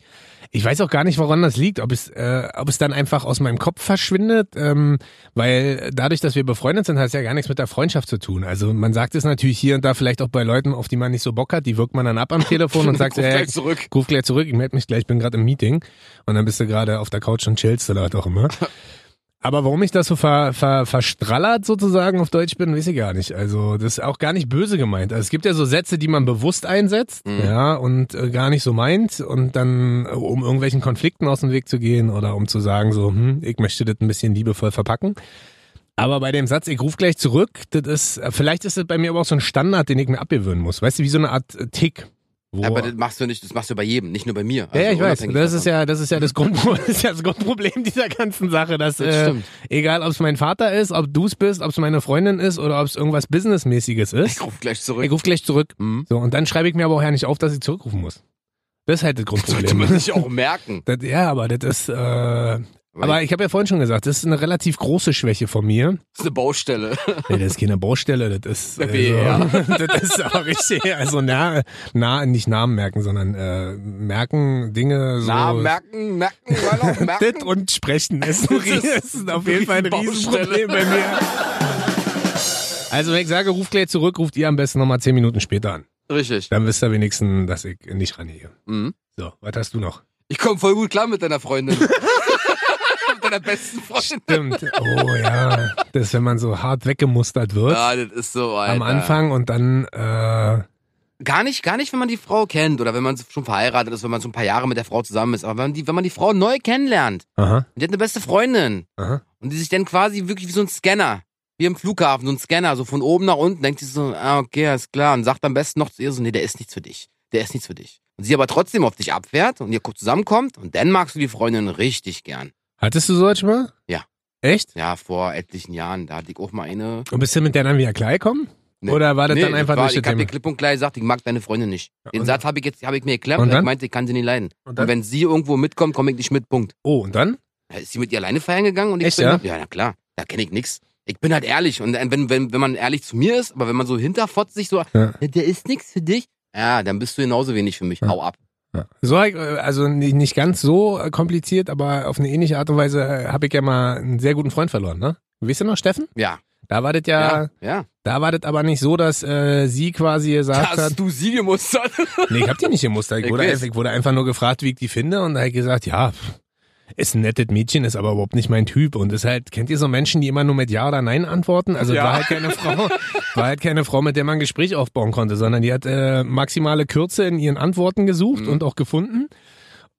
Speaker 1: Ich weiß auch gar nicht, woran das liegt, ob es, äh, ob es dann einfach aus meinem Kopf verschwindet, ähm, weil dadurch, dass wir befreundet sind, hat es ja gar nichts mit der Freundschaft zu tun. Also man sagt es natürlich hier und da vielleicht auch bei Leuten, auf die man nicht so Bock hat, die wirkt man dann ab am Telefon
Speaker 2: <laughs>
Speaker 1: und sagt,
Speaker 2: Ruf
Speaker 1: ja, ja,
Speaker 2: gleich zurück.
Speaker 1: ruf gleich zurück, ich melde mich gleich, ich bin gerade im Meeting. Und dann bist du gerade auf der Couch und chillst oder was auch immer. Aber warum ich das so ver, ver, verstrallert sozusagen auf Deutsch bin, weiß ich gar nicht. Also das ist auch gar nicht böse gemeint. Also es gibt ja so Sätze, die man bewusst einsetzt,
Speaker 2: Mhm.
Speaker 1: ja, und äh, gar nicht so meint. Und dann, äh, um irgendwelchen Konflikten aus dem Weg zu gehen oder um zu sagen so, hm, ich möchte das ein bisschen liebevoll verpacken. Aber bei dem Satz, ich rufe gleich zurück, das ist, äh, vielleicht ist das bei mir aber auch so ein Standard, den ich mir abgewöhnen muss. Weißt du, wie so eine Art äh, Tick. Wo,
Speaker 2: Aber das machst du nicht, das machst du bei jedem, nicht nur bei mir.
Speaker 1: ja, ja,
Speaker 2: Also
Speaker 1: ich weiß.
Speaker 2: unabhängig
Speaker 1: Das ist
Speaker 2: davon.
Speaker 1: ja, das ist ja das, Grundpro <laughs> das ist ja das Grundproblem dieser ganzen Sache, dass
Speaker 2: Das
Speaker 1: äh,
Speaker 2: stimmt.
Speaker 1: egal, ob es mein Vater ist, ob du es bist, ob es meine Freundin ist oder ob es irgendwas businessmäßiges ist,
Speaker 2: Ich ruf gleich
Speaker 1: ich
Speaker 2: zurück.
Speaker 1: rufe gleich zurück.
Speaker 2: Hm.
Speaker 1: So und dann schreibe ich mir aber auch ja nicht auf, dass ich zurückrufen muss. Das ist halt das
Speaker 2: Sollte man
Speaker 1: Grundproblem.
Speaker 2: sich auch merken.
Speaker 1: Das, ja, aber das ist. Äh, aber ich habe ja vorhin schon gesagt, das ist eine relativ große Schwäche von
Speaker 2: <laughs>
Speaker 1: mir.
Speaker 2: Das ist eine Baustelle.
Speaker 1: Nee, das ist keine Baustelle, das ist, also,
Speaker 2: Ja.
Speaker 1: <laughs> das ist aber richtig, also na, na, nicht Namen merken, sondern äh, merken Dinge <laughs> so.
Speaker 2: Na, merken, merken, weil
Speaker 1: <laughs>
Speaker 2: auch
Speaker 1: Das
Speaker 2: merken.
Speaker 1: und
Speaker 2: <laughs>
Speaker 1: Sprechen ist, ein
Speaker 2: Das ist
Speaker 1: Rie- das ist auf jeden Fall ein
Speaker 2: Riesenbaustelle.
Speaker 1: Riesenproblem bei mir. Also wenn ich sage, ruf gleich zurück, ruft ihr am besten nochmal zehn Minuten später an.
Speaker 2: Richtig.
Speaker 1: Dann wisst ihr wenigstens, dass ich nicht rangehe.
Speaker 2: Mhm.
Speaker 1: So, was hast du noch?
Speaker 2: Ich komme voll gut klar mit deiner Freundin. <laughs> mit deiner besten Freundin.
Speaker 1: Stimmt. Oh ja, das ist, wenn man so hart weggemustert wird
Speaker 2: Ja, das ist so, Oh, Alter.
Speaker 1: am Anfang und dann, äh,
Speaker 2: Gar nicht, gar nicht, wenn man die Frau kennt oder wenn man schon verheiratet ist, wenn man so ein paar Jahre mit der Frau zusammen ist. Aber wenn man die, wenn man die Frau neu kennenlernt,
Speaker 1: aha,
Speaker 2: und die hat eine beste Freundin,
Speaker 1: aha.
Speaker 2: Und die sich dann quasi wirklich wie so ein Scanner, wie im Flughafen, so ein Scanner, so von oben nach unten, denkt sie so, ah, okay, alles klar. Und sagt am besten noch zu ihr so, nee, der ist nichts für dich. Der ist nichts für dich. Und sie aber trotzdem auf dich abfährt und ihr zusammenkommt und dann magst du die Freundin richtig gern.
Speaker 1: Hattest du so etwas mal?
Speaker 2: Ja.
Speaker 1: Echt?
Speaker 2: Ja, vor etlichen Jahren, da hatte ich auch mal eine.
Speaker 1: Und bist du mit der dann wieder klargekommen? Oder war das dann einfach
Speaker 2: war,
Speaker 1: durch das
Speaker 2: Ich hab
Speaker 1: Thema?
Speaker 2: dir klipp und klar gesagt, ich mag deine Freundin nicht. Den
Speaker 1: und-
Speaker 2: Satz habe ich jetzt, habe ich mir geklemmt,
Speaker 1: Und
Speaker 2: weil ich
Speaker 1: dann?
Speaker 2: meinte, ich kann sie nicht leiden.
Speaker 1: Und
Speaker 2: Und,
Speaker 1: dann?
Speaker 2: wenn sie irgendwo mitkommt, komme ich nicht mit, Punkt.
Speaker 1: Oh, und dann?
Speaker 2: Da Ist sie mit ihr alleine feiern gegangen und ich
Speaker 1: Echt,
Speaker 2: bin
Speaker 1: ja?
Speaker 2: ja na klar, da kenne ich nix. Ich bin halt ehrlich und wenn, wenn, wenn man ehrlich zu mir ist, aber wenn man so hinterfotzt sich so,
Speaker 1: Ja.
Speaker 2: der ist nix für dich, ja, dann bist du genauso wenig für mich.
Speaker 1: Ja.
Speaker 2: Hau ab.
Speaker 1: So, äh, also ni- nicht ganz so äh, kompliziert, aber auf eine ähnliche Art und Weise äh, habe ich ja mal einen sehr guten Freund verloren, ne? Wisst ihr noch, Steffen?
Speaker 2: Ja,
Speaker 1: Da war das ja,
Speaker 2: ja, ja.
Speaker 1: da war das aber nicht so, dass äh, sie quasi gesagt
Speaker 2: Dass
Speaker 1: hat,
Speaker 2: du sie
Speaker 1: <laughs>
Speaker 2: gemustert.
Speaker 1: nee, ich hab die nicht gemustert. Ich
Speaker 2: Ich
Speaker 1: wurde,
Speaker 2: weiß.
Speaker 1: ich wurde einfach nur gefragt, wie ich die finde und da hab ich gesagt, ja, pff, ist ein nettes Mädchen, ist aber überhaupt nicht mein Typ und ist halt, kennt ihr so Menschen, die immer nur mit Ja oder Nein antworten? Also
Speaker 2: Ja.
Speaker 1: war halt keine
Speaker 2: <laughs>
Speaker 1: Frau, war halt keine Frau, mit der man ein Gespräch aufbauen konnte, sondern die hat äh, maximale Kürze in ihren Antworten gesucht
Speaker 2: Mhm.
Speaker 1: und auch gefunden.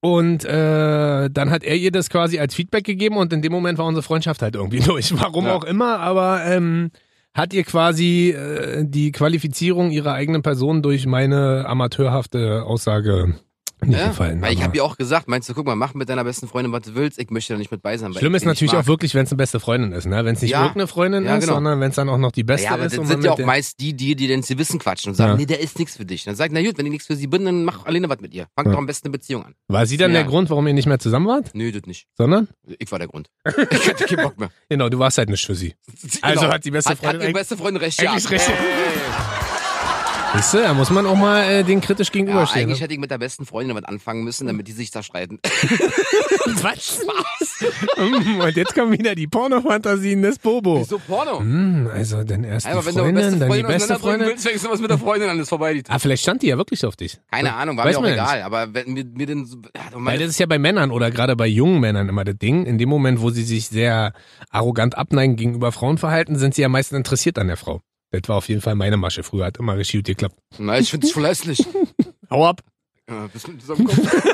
Speaker 1: Und äh, dann hat er ihr das quasi als Feedback gegeben und in dem Moment war unsere Freundschaft halt irgendwie <laughs> durch. Warum
Speaker 2: Ja.
Speaker 1: auch immer, aber ähm, hat ihr quasi äh, die Qualifizierung ihrer eigenen Person durch meine amateurhafte Aussage Nicht
Speaker 2: Ja?
Speaker 1: gefallen.
Speaker 2: Weil ich
Speaker 1: aber-
Speaker 2: habe ihr auch gesagt, meinst du, guck mal, mach mit deiner besten Freundin, was du willst, ich möchte da nicht mit bei sein. weil
Speaker 1: Schlimm
Speaker 2: ich
Speaker 1: ist
Speaker 2: die nicht
Speaker 1: natürlich
Speaker 2: mag.
Speaker 1: auch wirklich, wenn es eine beste Freundin ist, ne? Wenn es nicht
Speaker 2: Ja.
Speaker 1: irgendeine Freundin
Speaker 2: Ja,
Speaker 1: ist,
Speaker 2: genau.
Speaker 1: sondern wenn es dann auch noch die beste
Speaker 2: Ja, aber
Speaker 1: ist.
Speaker 2: das
Speaker 1: und
Speaker 2: sind
Speaker 1: man
Speaker 2: ja auch
Speaker 1: mit der-
Speaker 2: meist die, die, die dann ins Gewissen quatschen und sagen,
Speaker 1: Ja.
Speaker 2: nee, der ist nichts für dich. Und dann sagt, na gut, wenn ich nichts für sie bin, dann mach alleine was mit ihr. Fang
Speaker 1: Ja.
Speaker 2: doch am besten eine Beziehung an.
Speaker 1: War sie dann
Speaker 2: Ja.
Speaker 1: der Grund, warum ihr nicht mehr zusammen wart?
Speaker 2: Nö, das nicht.
Speaker 1: Sondern?
Speaker 2: Ich war
Speaker 1: <laughs>
Speaker 2: der Grund. Ich hatte keinen Bock mehr.
Speaker 1: Genau, du warst halt nicht für sie. Also hat die beste Freundin
Speaker 2: genau. hat, Hat die
Speaker 1: eigentlich-
Speaker 2: beste Freundin recht, ja.
Speaker 1: eigentlich recht.
Speaker 2: Hey.
Speaker 1: Siehst du, da muss man auch mal äh, den kritisch
Speaker 2: Ja,
Speaker 1: gegenüberstehen.
Speaker 2: eigentlich
Speaker 1: ne?
Speaker 2: hätte ich mit der besten Freundin was anfangen müssen, damit die sich da streiten.
Speaker 1: <laughs> Was? Mm, und jetzt kommen wieder die Pornofantasien des
Speaker 2: <laughs>
Speaker 1: Bobo.
Speaker 2: Wieso Porno?
Speaker 1: Mm, also dann erst die
Speaker 2: Einmal, wenn
Speaker 1: Freundin,
Speaker 2: du beste
Speaker 1: dann die beste
Speaker 2: Freundin auseinanderdrücken
Speaker 1: Freundin.
Speaker 2: willst, fängst du was mit der Freundin an, ist vorbei die
Speaker 1: Ah, vielleicht stand die ja wirklich auf dich.
Speaker 2: Keine Ahnung, war
Speaker 1: Weiß
Speaker 2: mir auch
Speaker 1: man ja nicht.
Speaker 2: egal, aber wenn mir, mir denn so, ja, doch
Speaker 1: Weil
Speaker 2: meine,
Speaker 1: das ist ja bei Männern oder gerade bei jungen Männern immer das Ding. In dem Moment, wo sie sich sehr arrogant abneigen gegenüber Frauen verhalten, sind sie ja meistens interessiert an der Frau. Das war auf jeden Fall meine Masche. Früher hat immer richtig gut geklappt.
Speaker 2: na, ich find's voll hässlich.
Speaker 1: Hau ab!
Speaker 2: <laughs>
Speaker 1: <laughs>
Speaker 2: Ja, bist du mit diesem Kopf?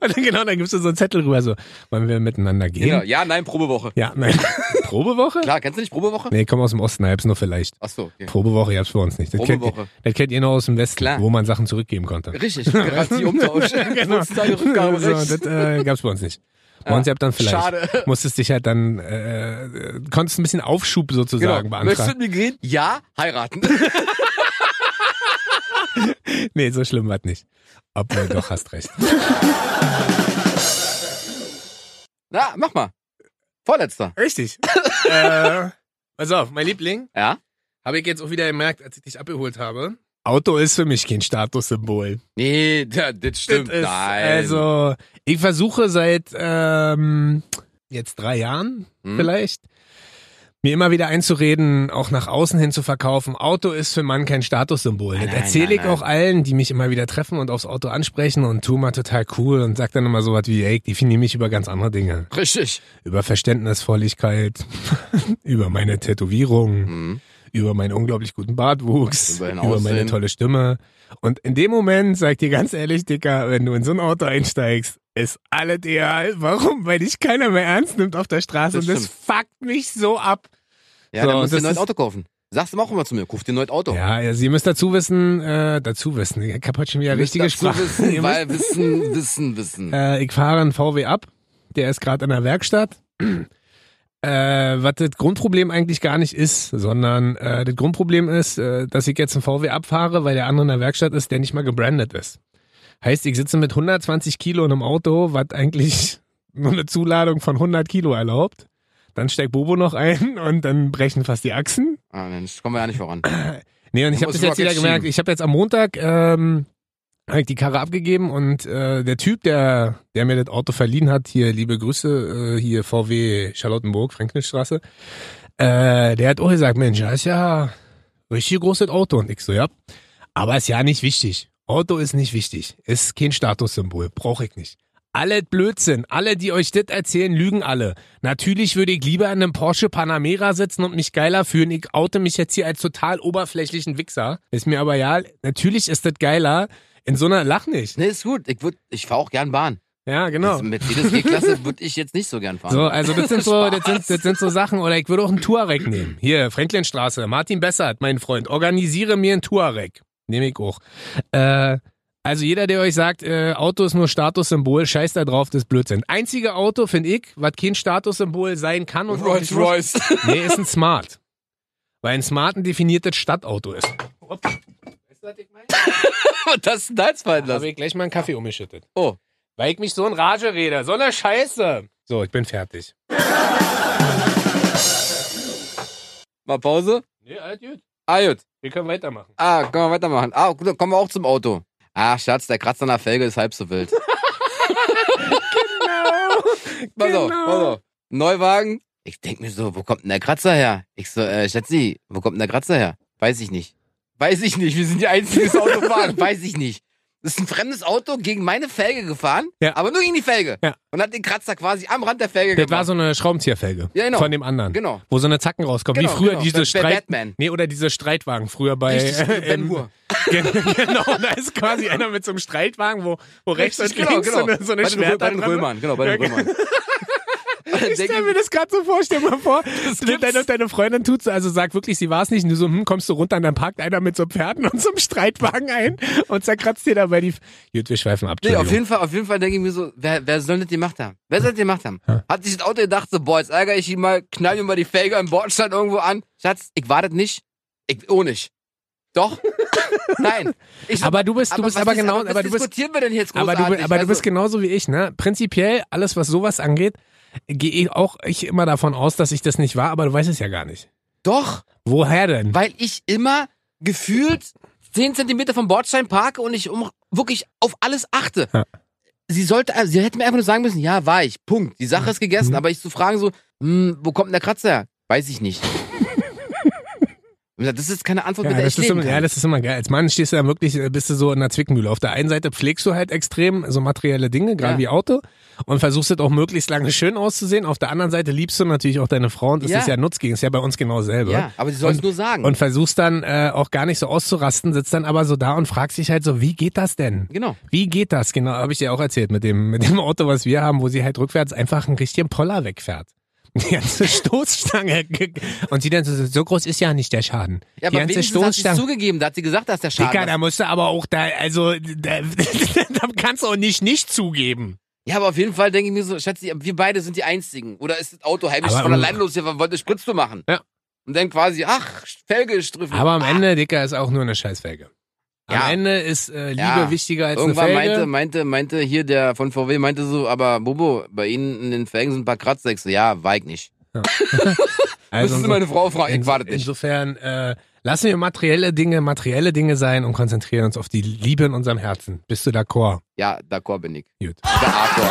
Speaker 1: Und dann, genau, dann gibst du so einen Zettel rüber, so, wollen wir miteinander gehen?
Speaker 2: Ja, ja, nein, Probewoche.
Speaker 1: Ja, nein. <laughs> Probewoche?
Speaker 2: Klar, kennst du nicht Probewoche?
Speaker 1: Nee, komm aus dem Osten, ich hab's nur vielleicht.
Speaker 2: Ach so, okay.
Speaker 1: Probewoche, ich hab's für uns nicht. Das kennt,
Speaker 2: Probewoche.
Speaker 1: das kennt ihr nur aus dem Westen,
Speaker 2: Klar.
Speaker 1: wo man Sachen zurückgeben
Speaker 2: <laughs>
Speaker 1: konnte. <laughs>
Speaker 2: Richtig, Garantieumtausch.
Speaker 1: Genau.
Speaker 2: Geburtstage, Rückgabe,
Speaker 1: so, das
Speaker 2: rechts. Ah.
Speaker 1: äh, gab's bei uns nicht. Bei uns ihr habt dann vielleicht.
Speaker 2: Schade.
Speaker 1: Musstest dich halt dann, äh, äh, konntest ein bisschen Aufschub sozusagen
Speaker 2: Genau. Möchtest
Speaker 1: beantragen.
Speaker 2: du mit mir gehen? Ja, heiraten. <laughs>
Speaker 1: Nee, so schlimm war's nicht. Obwohl, doch, hast recht.
Speaker 2: Na, mach mal. Vorletzter.
Speaker 1: <laughs> Richtig. äh, pass auf, mein Liebling,
Speaker 2: Ja?
Speaker 1: habe ich jetzt auch wieder gemerkt, als ich dich abgeholt habe. Auto ist für mich kein Statussymbol.
Speaker 2: Nee, <laughs> da, das stimmt.
Speaker 1: Das ist-
Speaker 2: Nein.
Speaker 1: Also, ich versuche seit ähm, jetzt drei Jahren
Speaker 2: Hm?
Speaker 1: vielleicht, mir immer wieder einzureden, auch nach außen hin zu verkaufen. Auto ist für Mann kein Statussymbol.
Speaker 2: Nein,
Speaker 1: das
Speaker 2: nein,
Speaker 1: erzähle
Speaker 2: nein,
Speaker 1: ich
Speaker 2: nein.
Speaker 1: auch allen, die mich immer wieder treffen und aufs Auto ansprechen und tu mal total cool und sag dann immer sowas wie, ey, ich definiere mich über ganz andere Dinge.
Speaker 2: Richtig.
Speaker 1: Über Verständnisvolligkeit, <laughs> über meine Tätowierung,
Speaker 2: Mhm.
Speaker 1: über meinen unglaublich guten Bartwuchs,
Speaker 2: Über
Speaker 1: über,
Speaker 2: dein
Speaker 1: meine
Speaker 2: Aussehen.
Speaker 1: tolle Stimme. Und in dem Moment, sag dir ganz ehrlich, Dicker, wenn du in so ein Auto einsteigst, ist alles egal. Warum? Weil dich keiner mehr ernst nimmt auf der Straße
Speaker 2: Das
Speaker 1: und das fuckt mich so ab.
Speaker 2: Ja,
Speaker 1: So,
Speaker 2: dann musst du
Speaker 1: das
Speaker 2: ein neues
Speaker 1: ist-
Speaker 2: Auto kaufen. Sagst du auch immer zu mir, kauf dir ein neues Auto.
Speaker 1: Ja, also ihr müsst dazu wissen, äh, dazu wissen, ich hab heute schon wieder
Speaker 2: Müsst
Speaker 1: richtige
Speaker 2: dazu
Speaker 1: Sprache. Ihr <laughs> müsst-
Speaker 2: Wissen, weil Wissen, Wissen, Wissen.
Speaker 1: äh, ich fahre einen VW ab, der ist gerade in der Werkstatt. <clears throat> Äh, was das Grundproblem eigentlich gar nicht ist, sondern äh, das Grundproblem ist, äh, dass ich jetzt einen VW abfahre, weil der andere in der Werkstatt ist, der nicht mal gebrandet ist. Heißt, ich sitze mit 120 Kilo in einem Auto, was eigentlich <laughs> nur eine Zuladung von 100 Kilo erlaubt. Dann steigt Bobo noch ein <laughs> und dann brechen fast die Achsen.
Speaker 2: Ah, Mensch, kommen wir ja nicht voran.
Speaker 1: Nee, und ich
Speaker 2: Du
Speaker 1: habe das
Speaker 2: musst
Speaker 1: jetzt
Speaker 2: Rocket
Speaker 1: wieder gemerkt.
Speaker 2: schieben.
Speaker 1: Ich habe jetzt am Montag ähm, hab ich die Karre abgegeben und äh, der Typ, der, der mir das Auto verliehen hat, hier, liebe Grüße, äh, hier VW Charlottenburg, Frankenstraße, äh, der hat auch gesagt, Mensch, das ist ja richtig großes Auto. Und ich so, ja, aber ist ja nicht wichtig. Auto ist nicht wichtig. Ist kein Statussymbol. Brauche ich nicht. Alle Blödsinn. Alle, die euch das erzählen, lügen alle. Natürlich würde ich lieber in einem Porsche Panamera sitzen und mich geiler fühlen. Ich oute mich jetzt hier als total oberflächlichen Wichser. Ist mir aber ja, natürlich ist das geiler. In so einer, lach nicht.
Speaker 2: Nee, ist gut. Ich, würd- ich fahre auch gern Bahn.
Speaker 1: Ja, genau.
Speaker 2: Das Mercedes G-Klasse würde ich jetzt nicht so gern fahren.
Speaker 1: So, also das sind so, das sind, das sind so Sachen. Oder ich würde auch einen Tuareg nehmen. Hier, Franklinstraße, Martin Bessert, mein Freund. Organisiere mir einen Tuareg. Nehme ich auch. Äh, also jeder, der euch sagt, äh, Auto ist nur Statussymbol, scheiß da drauf, das ist Blödsinn. Einzige Auto, finde ich, was kein Statussymbol sein kann und auch nicht muss,
Speaker 2: Royce. <laughs>
Speaker 1: Nee, ist ein Smart. Weil ein Smart ein definiertes Stadtauto ist. Ups. Weißt du, was ich meine?
Speaker 2: Und das ist ein fallen
Speaker 1: Da habe
Speaker 2: lassen.
Speaker 1: ich gleich mal einen Kaffee umgeschüttet.
Speaker 2: Oh.
Speaker 1: Weil ich mich so in Rage rede. So eine Scheiße. So, ich bin fertig.
Speaker 2: Mal Pause.
Speaker 1: Nee, alles gut.
Speaker 2: Ah, gut.
Speaker 1: Wir können weitermachen.
Speaker 2: Ah, können wir weitermachen. Ah, gut, kommen wir auch zum Auto. Ah, Schatz, der Kratzer an der Felge ist halb so wild. <laughs> Pass auf,
Speaker 1: Genau.
Speaker 2: pass auf. Neuwagen. Ich denk mir so, wo kommt denn der Kratzer her? Ich so, äh, Schatzi, wo kommt denn der Kratzer her? Weiß ich nicht. Weiß ich nicht. Wir sind die einzigen, die Auto
Speaker 1: <laughs>
Speaker 2: fahren. Weiß ich nicht. Das ist ein fremdes Auto gegen meine Felge gefahren,
Speaker 1: Ja.
Speaker 2: aber nur gegen die Felge.
Speaker 1: Ja.
Speaker 2: Und hat den Kratzer quasi am Rand der Felge
Speaker 1: Das war
Speaker 2: gemacht.
Speaker 1: so eine Schraubenzieherfelge.
Speaker 2: Ja, genau.
Speaker 1: Von dem anderen.
Speaker 2: Genau.
Speaker 1: Wo so eine Zacken rauskommt.
Speaker 2: Genau,
Speaker 1: Wie früher
Speaker 2: genau.
Speaker 1: diese
Speaker 2: Bei- bei
Speaker 1: Streit.
Speaker 2: Batman.
Speaker 1: Nee, oder diese Streitwagen früher bei.
Speaker 2: Richtig,
Speaker 1: äh,
Speaker 2: Ben
Speaker 1: <laughs> im-
Speaker 2: Hur.
Speaker 1: Gen- genau, da ist quasi einer mit so einem Streitwagen, wo, wo rechts
Speaker 2: Richtig,
Speaker 1: und links so eine, so eine
Speaker 2: Genau, bei den, Rö-
Speaker 1: Schwerter
Speaker 2: bei den
Speaker 1: dran sind.
Speaker 2: <laughs> Römern, genau, bei den Römern. Und dann
Speaker 1: Ich
Speaker 2: denk
Speaker 1: stell mir das gerade so vor, stell mal
Speaker 2: <laughs>
Speaker 1: vor,
Speaker 2: gibt's.
Speaker 1: deine, deine Freundin tut so, also sagt wirklich, sie war es nicht, und du so, hm, kommst du runter und dann parkt einer mit so Pferden und so einem Streitwagen ein und zerkratzt dir dabei die... F- Gut, wir schweifen ab,
Speaker 2: Nee, auf
Speaker 1: Entschuldigung.
Speaker 2: jeden Fall, auf jeden Fall denke ich mir so, wer, wer soll das gemacht haben? Wer soll das gemacht haben?
Speaker 1: Ja.
Speaker 2: Hat sich das Auto gedacht, so, boah, jetzt ärgere ich ihn mal, knall mir mal die Felge im Bordstein irgendwo an. Schatz, ich war das nicht. Ich, oh nicht.
Speaker 1: <laughs>
Speaker 2: Doch? Nein. Ich,
Speaker 1: aber du bist, du bist
Speaker 2: was
Speaker 1: aber
Speaker 2: ist-
Speaker 1: genau,
Speaker 2: was
Speaker 1: aber du bist,
Speaker 2: diskutieren wir denn jetzt
Speaker 1: aber
Speaker 2: großartig?
Speaker 1: du, bi- aber du
Speaker 2: Also,
Speaker 1: bist genauso wie ich, ne? Prinzipiell, alles was sowas angeht, gehe ich auch ich immer davon aus, dass ich das nicht war, aber du weißt es ja gar nicht.
Speaker 2: Doch,
Speaker 1: Woher denn?
Speaker 2: weil ich immer gefühlt 10 Zentimeter vom Bordstein parke und ich um, wirklich auf alles achte.
Speaker 1: Ja.
Speaker 2: Sie sollte, also sie hätte mir einfach nur sagen müssen, ja, war ich, Punkt. Die Sache ist gegessen,
Speaker 1: Mhm.
Speaker 2: aber ich zu fragen so, hm, wo kommt denn der Kratzer her? Weiß
Speaker 1: <laughs>
Speaker 2: ich nicht. Und das ist keine Antwort, mit
Speaker 1: Ja,
Speaker 2: der
Speaker 1: das,
Speaker 2: ich
Speaker 1: ist
Speaker 2: leben
Speaker 1: immer,
Speaker 2: kann.
Speaker 1: ja, das ist immer geil. Als Mann stehst du da wirklich, äh, bist du so in der Zwickmühle. Auf der einen Seite pflegst du halt extrem so materielle Dinge, gerade
Speaker 2: Ja.
Speaker 1: wie Auto, und versuchst es auch möglichst lange schön auszusehen. Auf der anderen Seite liebst du natürlich auch deine Frau und das
Speaker 2: Ja.
Speaker 1: ist ja Nutzgegen, ist ja bei uns genau selber.
Speaker 2: ja, aber sie soll es
Speaker 1: Und-
Speaker 2: nur sagen.
Speaker 1: Und versuchst dann äh, auch gar nicht so auszurasten, sitzt dann aber so da und fragst dich halt so, wie geht das denn?
Speaker 2: genau.
Speaker 1: Wie geht das? Genau, habe ich dir auch erzählt mit dem, mit dem Auto, was wir haben, wo sie halt rückwärts einfach einen richtigen Poller wegfährt. Die
Speaker 2: <laughs>
Speaker 1: ganze Stoßstange. ge- Und sie dann so, so groß ist ja nicht der Schaden.
Speaker 2: Ja,
Speaker 1: die
Speaker 2: aber
Speaker 1: ganze
Speaker 2: wenigstens hat sie es
Speaker 1: Stoßstange.
Speaker 2: zugegeben, da hat sie gesagt, dass der Schaden
Speaker 1: Dicker,
Speaker 2: ist.
Speaker 1: da musst du aber auch da, also, da, <laughs> da kannst du auch nicht nicht zugeben.
Speaker 2: Ja, aber auf jeden Fall denke ich mir so, Schatzi, wir beide sind die Einzigen. Oder ist das Auto heimlich
Speaker 1: Aber-
Speaker 2: von alleine los, wir wollten Spritz machen.
Speaker 1: Ja.
Speaker 2: Und dann quasi, ach, Felge ist drin.
Speaker 1: Aber am
Speaker 2: Ah,
Speaker 1: Ende, Dicker, ist auch nur eine Scheißfelge. Am
Speaker 2: Ja.
Speaker 1: Ende ist äh, Liebe
Speaker 2: Ja.
Speaker 1: wichtiger als
Speaker 2: Irgendwann
Speaker 1: eine Felge. Also
Speaker 2: meinte, meinte, meinte hier der von VW, meinte so, aber Bobo, bei Ihnen in den Felgen sind ein paar Kratzer. Ich so, ja, war ich nicht.
Speaker 1: also,
Speaker 2: Müssen Sie meine Frau fragen, ich
Speaker 1: inso-
Speaker 2: warte nicht.
Speaker 1: Insofern, äh, lassen wir materielle Dinge materielle Dinge sein und konzentrieren uns auf die Liebe in unserem Herzen. Bist du d'accord?
Speaker 2: Ja, d'accord bin ich.
Speaker 1: Gut.
Speaker 2: Der Arthur.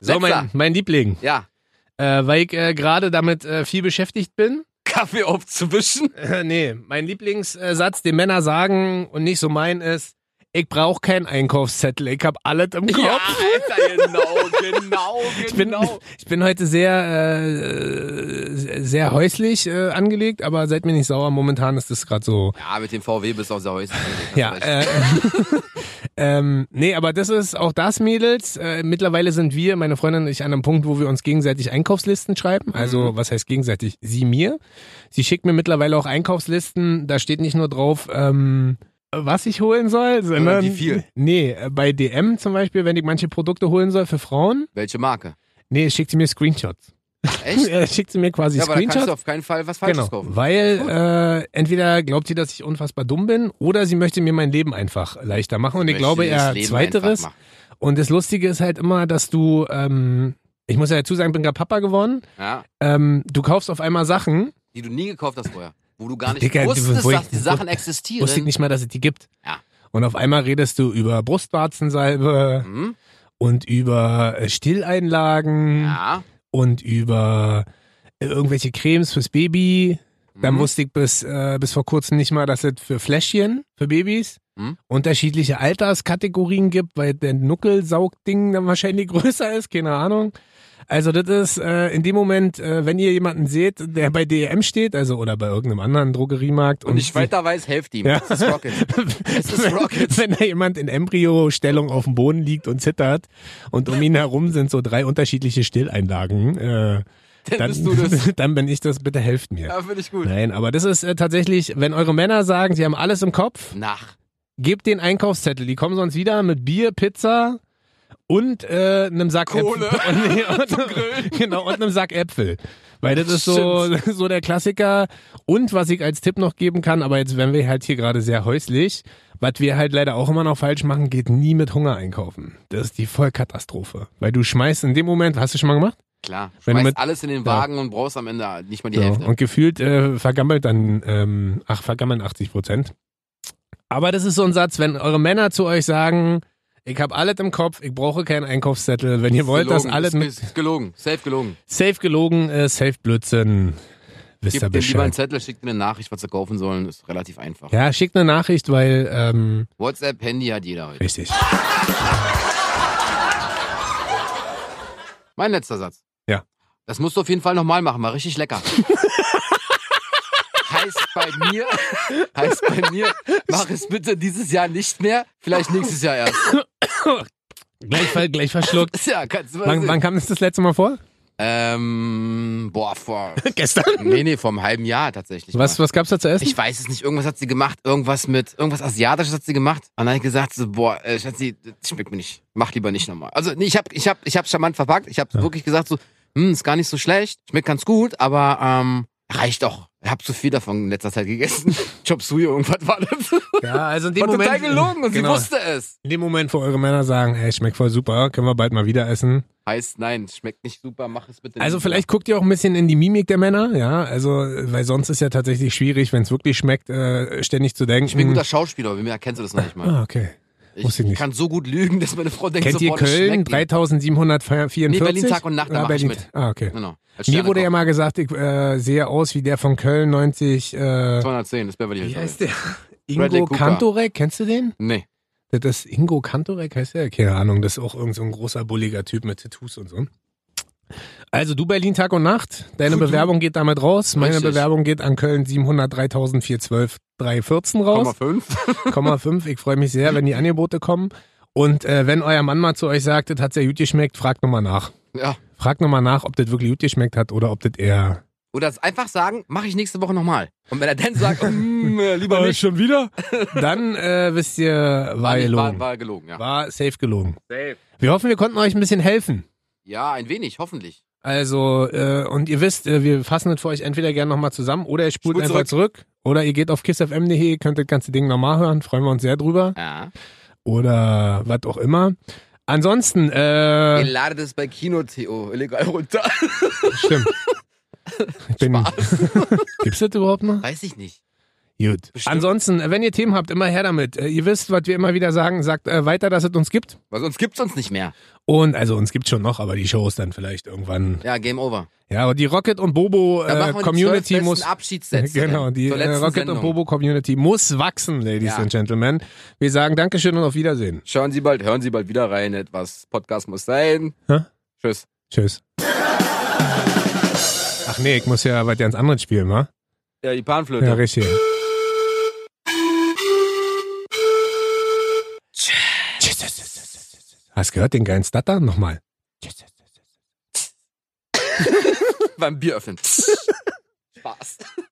Speaker 1: So, mein,
Speaker 2: Letzter.
Speaker 1: mein Liebling,
Speaker 2: Ja,
Speaker 1: äh, weil ich äh, gerade damit äh, viel beschäftigt bin.
Speaker 2: Kaffee aufzuwischen.
Speaker 1: Äh, nee, mein Lieblingssatz, den Männer sagen und nicht so mein ist, ich brauche keinen Einkaufszettel, ich habe alles im Kopf.
Speaker 2: Ja, Alter, genau, genau,
Speaker 1: Ich bin,
Speaker 2: genau.
Speaker 1: <laughs> ich bin heute sehr, äh, sehr häuslich äh, angelegt, aber seid mir nicht sauer. Momentan ist das gerade so.
Speaker 2: Ja, mit dem VW bist du auch sehr häuslich.
Speaker 1: Ja,
Speaker 2: Hast recht.
Speaker 1: äh, <laughs>
Speaker 2: <laughs>
Speaker 1: ähm, nee, aber das ist auch das, Mädels. Äh, mittlerweile sind wir, meine Freundin und ich, an einem Punkt, wo wir uns gegenseitig Einkaufslisten
Speaker 2: Mhm.
Speaker 1: schreiben. Also, was heißt gegenseitig? Sie mir. Sie schickt mir mittlerweile auch Einkaufslisten. Da steht nicht nur drauf, ähm, was ich holen soll, sondern
Speaker 2: wie viel.
Speaker 1: Nee, äh, bei DM zum Beispiel, wenn ich manche Produkte holen soll für Frauen,
Speaker 2: Welche Marke?
Speaker 1: nee, schickt sie mir Screenshots.
Speaker 2: Echt?
Speaker 1: Äh, <laughs> schickt sie mir quasi
Speaker 2: Ja, aber da
Speaker 1: Screenshots.
Speaker 2: kannst du auf keinen Fall was Falsches
Speaker 1: Genau,
Speaker 2: kaufen.
Speaker 1: weil äh, entweder glaubt sie, dass ich unfassbar dumm bin, oder sie möchte mir mein Leben einfach leichter machen. Und ich
Speaker 2: möchte
Speaker 1: glaube
Speaker 2: das
Speaker 1: eher
Speaker 2: Leben
Speaker 1: Zweiteres.
Speaker 2: einfach machen.
Speaker 1: Und das Lustige ist halt immer, dass du, ähm, ich muss ja dazu sagen, ich bin gerade Papa geworden.
Speaker 2: Ja,
Speaker 1: Ähm, du kaufst auf einmal Sachen,
Speaker 2: die du nie gekauft hast vorher. Wo du gar nicht
Speaker 1: Dicker,
Speaker 2: wusstest,
Speaker 1: wo ich-
Speaker 2: dass die
Speaker 1: wo-
Speaker 2: Sachen
Speaker 1: wusste ich <laughs>
Speaker 2: existieren.
Speaker 1: nicht mal, dass es die gibt.
Speaker 2: Ja.
Speaker 1: Und auf einmal redest du über Brustwarzensalbe
Speaker 2: Hm?
Speaker 1: und über äh, Stilleinlagen
Speaker 2: Ja.
Speaker 1: und über äh, irgendwelche Cremes fürs Baby. Dann
Speaker 2: Hm?
Speaker 1: wusste ich bis, äh, bis vor kurzem nicht mal, dass es für Fläschchen, für Babys,
Speaker 2: Hm?
Speaker 1: unterschiedliche Alterskategorien gibt, weil der Nuckelsaugding dann wahrscheinlich <laughs> größer ist, keine Ahnung. Also das ist äh, in dem Moment, äh, wenn ihr jemanden seht, der bei DEM steht, also oder bei irgendeinem anderen Drogeriemarkt
Speaker 2: Und
Speaker 1: <laughs>
Speaker 2: ich weiter weiß, helft ihm.
Speaker 1: Ja.
Speaker 2: Es ist
Speaker 1: <laughs>
Speaker 2: Rocket. Es ist Rocket.
Speaker 1: wenn da jemand in Embryo-Stellung auf dem Boden liegt und zittert und
Speaker 2: <laughs>
Speaker 1: um ihn herum sind so drei unterschiedliche Stilleinlagen, äh,
Speaker 2: Dann
Speaker 1: dann, <laughs>
Speaker 2: bist du das.
Speaker 1: dann bin ich das, bitte helft mir.
Speaker 2: Ja, finde ich gut.
Speaker 1: Nein, aber das ist äh, tatsächlich, wenn eure Männer sagen, sie haben alles im Kopf,
Speaker 2: Nach.
Speaker 1: gebt den Einkaufszettel. Die kommen sonst wieder mit Bier, Pizza und äh, einem Sack
Speaker 2: Kohle.
Speaker 1: Äpfel. <laughs> Und, und,
Speaker 2: <laughs> Zum Grillen.
Speaker 1: Genau, und einem Sack Äpfel. Weil das ist so, <laughs> so der Klassiker. Und was ich als Tipp noch geben kann, aber jetzt werden wir halt hier gerade sehr häuslich, was wir halt leider auch immer noch falsch machen, geht nie mit Hunger einkaufen. Das ist die Vollkatastrophe. Weil du schmeißt in dem Moment, hast du schon mal gemacht?
Speaker 2: Klar.
Speaker 1: Wenn du
Speaker 2: Schmeißt
Speaker 1: mit-
Speaker 2: alles in den Wagen und brauchst am Ende halt nicht mal die
Speaker 1: So,
Speaker 2: Hälfte.
Speaker 1: Und gefühlt äh, vergammelt dann, ähm, ach, vergammeln 80 Prozent. Aber das ist so ein Satz, wenn eure Männer zu euch sagen, ich habe alles im Kopf, ich brauche keinen Einkaufszettel. Wenn ihr wollt, dass
Speaker 2: gelogen.
Speaker 1: alles mit
Speaker 2: ist, ist gelogen. Safe gelogen.
Speaker 1: safe gelogen ist, safe Blödsinn, wisst ihr
Speaker 2: Gib dir lieber einen
Speaker 1: Bescheid.
Speaker 2: Zettel, schick dir eine Nachricht, was sie kaufen sollen. Ist relativ einfach.
Speaker 1: Ja, schickt eine Nachricht, weil, ähm,
Speaker 2: WhatsApp, Handy hat jeder heute.
Speaker 1: richtig.
Speaker 2: Mein letzter Satz.
Speaker 1: Ja.
Speaker 2: Das musst du auf jeden Fall nochmal machen, war
Speaker 1: <laughs>
Speaker 2: richtig lecker. heißt bei mir, heißt
Speaker 1: <laughs>
Speaker 2: bei mir, mach es bitte dieses Jahr nicht mehr, vielleicht nächstes Jahr erst.
Speaker 1: <laughs> Gleich, ver- gleich
Speaker 2: <laughs>
Speaker 1: verschluckt.
Speaker 2: Ja, kannst du mal
Speaker 1: Wann,
Speaker 2: sehen.
Speaker 1: wann kam das das letzte Mal vor?
Speaker 2: Ähm, boah,
Speaker 1: <laughs>
Speaker 2: vor.
Speaker 1: Gestern.
Speaker 2: nee, nee, vor einem halben Jahr tatsächlich.
Speaker 1: Was,
Speaker 2: mal.
Speaker 1: was gab's da zu essen?
Speaker 2: Ich weiß es nicht, irgendwas hat sie gemacht, irgendwas mit, irgendwas Asiatisches hat sie gemacht. Und dann hat ich gesagt, so, boah, äh, Schatzi, das schmeckt mir nicht. Mach lieber nicht nochmal. Also, nee, ich hab, ich hab, ich hab's charmant verpackt. Ich hab wirklich gesagt, so, hm, ist gar nicht so schlecht, schmeckt ganz gut, aber, ähm, reicht doch. Ich hab zu viel davon in letzter Zeit gegessen. <laughs> Chop Suey, irgendwas war das. <laughs>
Speaker 1: ja, also in
Speaker 2: war total gelogen und
Speaker 1: genau,
Speaker 2: sie wusste es.
Speaker 1: In dem Moment, wo eure Männer sagen, hey, schmeckt voll super, können wir bald mal wieder essen.
Speaker 2: Heißt, nein, es schmeckt nicht super, mach es bitte
Speaker 1: Also
Speaker 2: nicht.
Speaker 1: vielleicht guckt ihr auch ein bisschen in die Mimik der Männer, ja, also weil sonst ist ja tatsächlich schwierig, wenn es wirklich schmeckt, äh, ständig zu denken.
Speaker 2: Ich bin ein guter Schauspieler, aber mir erkennst du das noch nicht mal.
Speaker 1: ah, okay.
Speaker 2: Ich,
Speaker 1: wusste ich nicht.
Speaker 2: kann so gut lügen, dass meine Frau denkt,
Speaker 1: Kennt
Speaker 2: so,
Speaker 1: ihr
Speaker 2: boah, das
Speaker 1: Köln
Speaker 2: schmeckt nicht.
Speaker 1: 3744?
Speaker 2: Nee, Berlin Tag und Nacht, da
Speaker 1: Ah,
Speaker 2: mach ich
Speaker 1: Berlin-
Speaker 2: mit.
Speaker 1: Ah, okay.
Speaker 2: Genau. Als
Speaker 1: Mir wurde ja
Speaker 2: Sternekoch.
Speaker 1: mal gesagt, ich äh, sehe aus wie der von Köln 90. Äh,
Speaker 2: 210, das ist Beverly Hills.
Speaker 1: wie
Speaker 2: Hills.
Speaker 1: heißt der?
Speaker 2: Bradley
Speaker 1: Ingo
Speaker 2: Cooper.
Speaker 1: Kantorek, kennst du den?
Speaker 2: Nee.
Speaker 1: Das ist Ingo Kantorek heißt der? Keine Ahnung, das ist auch irgend so ein großer, bulliger Typ mit Tattoos und so. Also du Berlin Tag und Nacht, deine
Speaker 2: Du, du.
Speaker 1: Bewerbung geht damit raus, meine
Speaker 2: Richtig.
Speaker 1: Bewerbung geht an Köln 700 3412 314 raus, <laughs>
Speaker 2: 0,5.
Speaker 1: 0,5. Ich freue mich sehr, wenn die Angebote kommen. Und äh, wenn euer Mann mal zu euch sagt, das hat sehr gut geschmeckt, fragt nochmal nach.
Speaker 2: Ja.
Speaker 1: Fragt nochmal nach, ob das wirklich gut geschmeckt hat oder ob das eher...
Speaker 2: Oder es einfach sagen, mache ich nächste Woche nochmal. Und wenn er dann sagt, <laughs> mm, äh, lieber nicht,
Speaker 1: schon wieder? <laughs> Dann äh, wisst ihr, war
Speaker 2: war, war,
Speaker 1: gelogen.
Speaker 2: war gelogen, ja.
Speaker 1: War safe gelogen.
Speaker 2: Safe.
Speaker 1: Wir hoffen, wir konnten euch ein bisschen helfen.
Speaker 2: Ja, ein wenig, hoffentlich.
Speaker 1: Also, äh, und ihr wisst, äh, wir fassen das für euch entweder gerne nochmal zusammen oder ihr spult
Speaker 2: Spult
Speaker 1: einfach zurück. Oder ihr geht auf kissfm.de, könnt das ganze Ding nochmal hören, freuen wir uns sehr drüber.
Speaker 2: Ja.
Speaker 1: Oder was auch immer. Ansonsten,
Speaker 2: Ihr
Speaker 1: äh,
Speaker 2: ladet es bei Kino.to illegal runter.
Speaker 1: <laughs>
Speaker 2: <laughs>
Speaker 1: stimmt. Ich bin, <laughs> gibt's das überhaupt noch?
Speaker 2: Weiß ich nicht.
Speaker 1: Gut.
Speaker 2: Bestimmt.
Speaker 1: Ansonsten, äh, wenn ihr Themen habt, immer her damit. Äh, ihr wisst, was wir immer wieder sagen, sagt äh, weiter, dass es uns gibt.
Speaker 2: Weil sonst gibt's uns nicht mehr.
Speaker 1: Und, also uns gibt's schon noch, aber die Shows dann vielleicht irgendwann.
Speaker 2: Ja, Game Over.
Speaker 1: Ja, und die Rocket und Bobo
Speaker 2: Da
Speaker 1: äh,
Speaker 2: machen wir die
Speaker 1: Community
Speaker 2: zwölf besten
Speaker 1: muss. <laughs>
Speaker 2: Abschiedssätze.
Speaker 1: Genau,
Speaker 2: dann
Speaker 1: die
Speaker 2: zur
Speaker 1: äh,
Speaker 2: letzten
Speaker 1: Rocket und
Speaker 2: Sendung.
Speaker 1: Bobo Community muss wachsen, Ladies
Speaker 2: Ja.
Speaker 1: and Gentlemen. Wir sagen Dankeschön und auf Wiedersehen.
Speaker 2: Schauen Sie bald, hören Sie bald wieder rein. Etwas Podcast muss sein.
Speaker 1: Hä?
Speaker 2: Tschüss.
Speaker 1: Tschüss. Ach nee, ich muss ja was ganz anderes spielen, wa?
Speaker 2: Ja, die Panflöte.
Speaker 1: Ja, richtig. Hast gehört den geilen Stutter? Nochmal.
Speaker 2: <laughs>
Speaker 1: <laughs>
Speaker 2: Beim Bier öffnen. Spaß.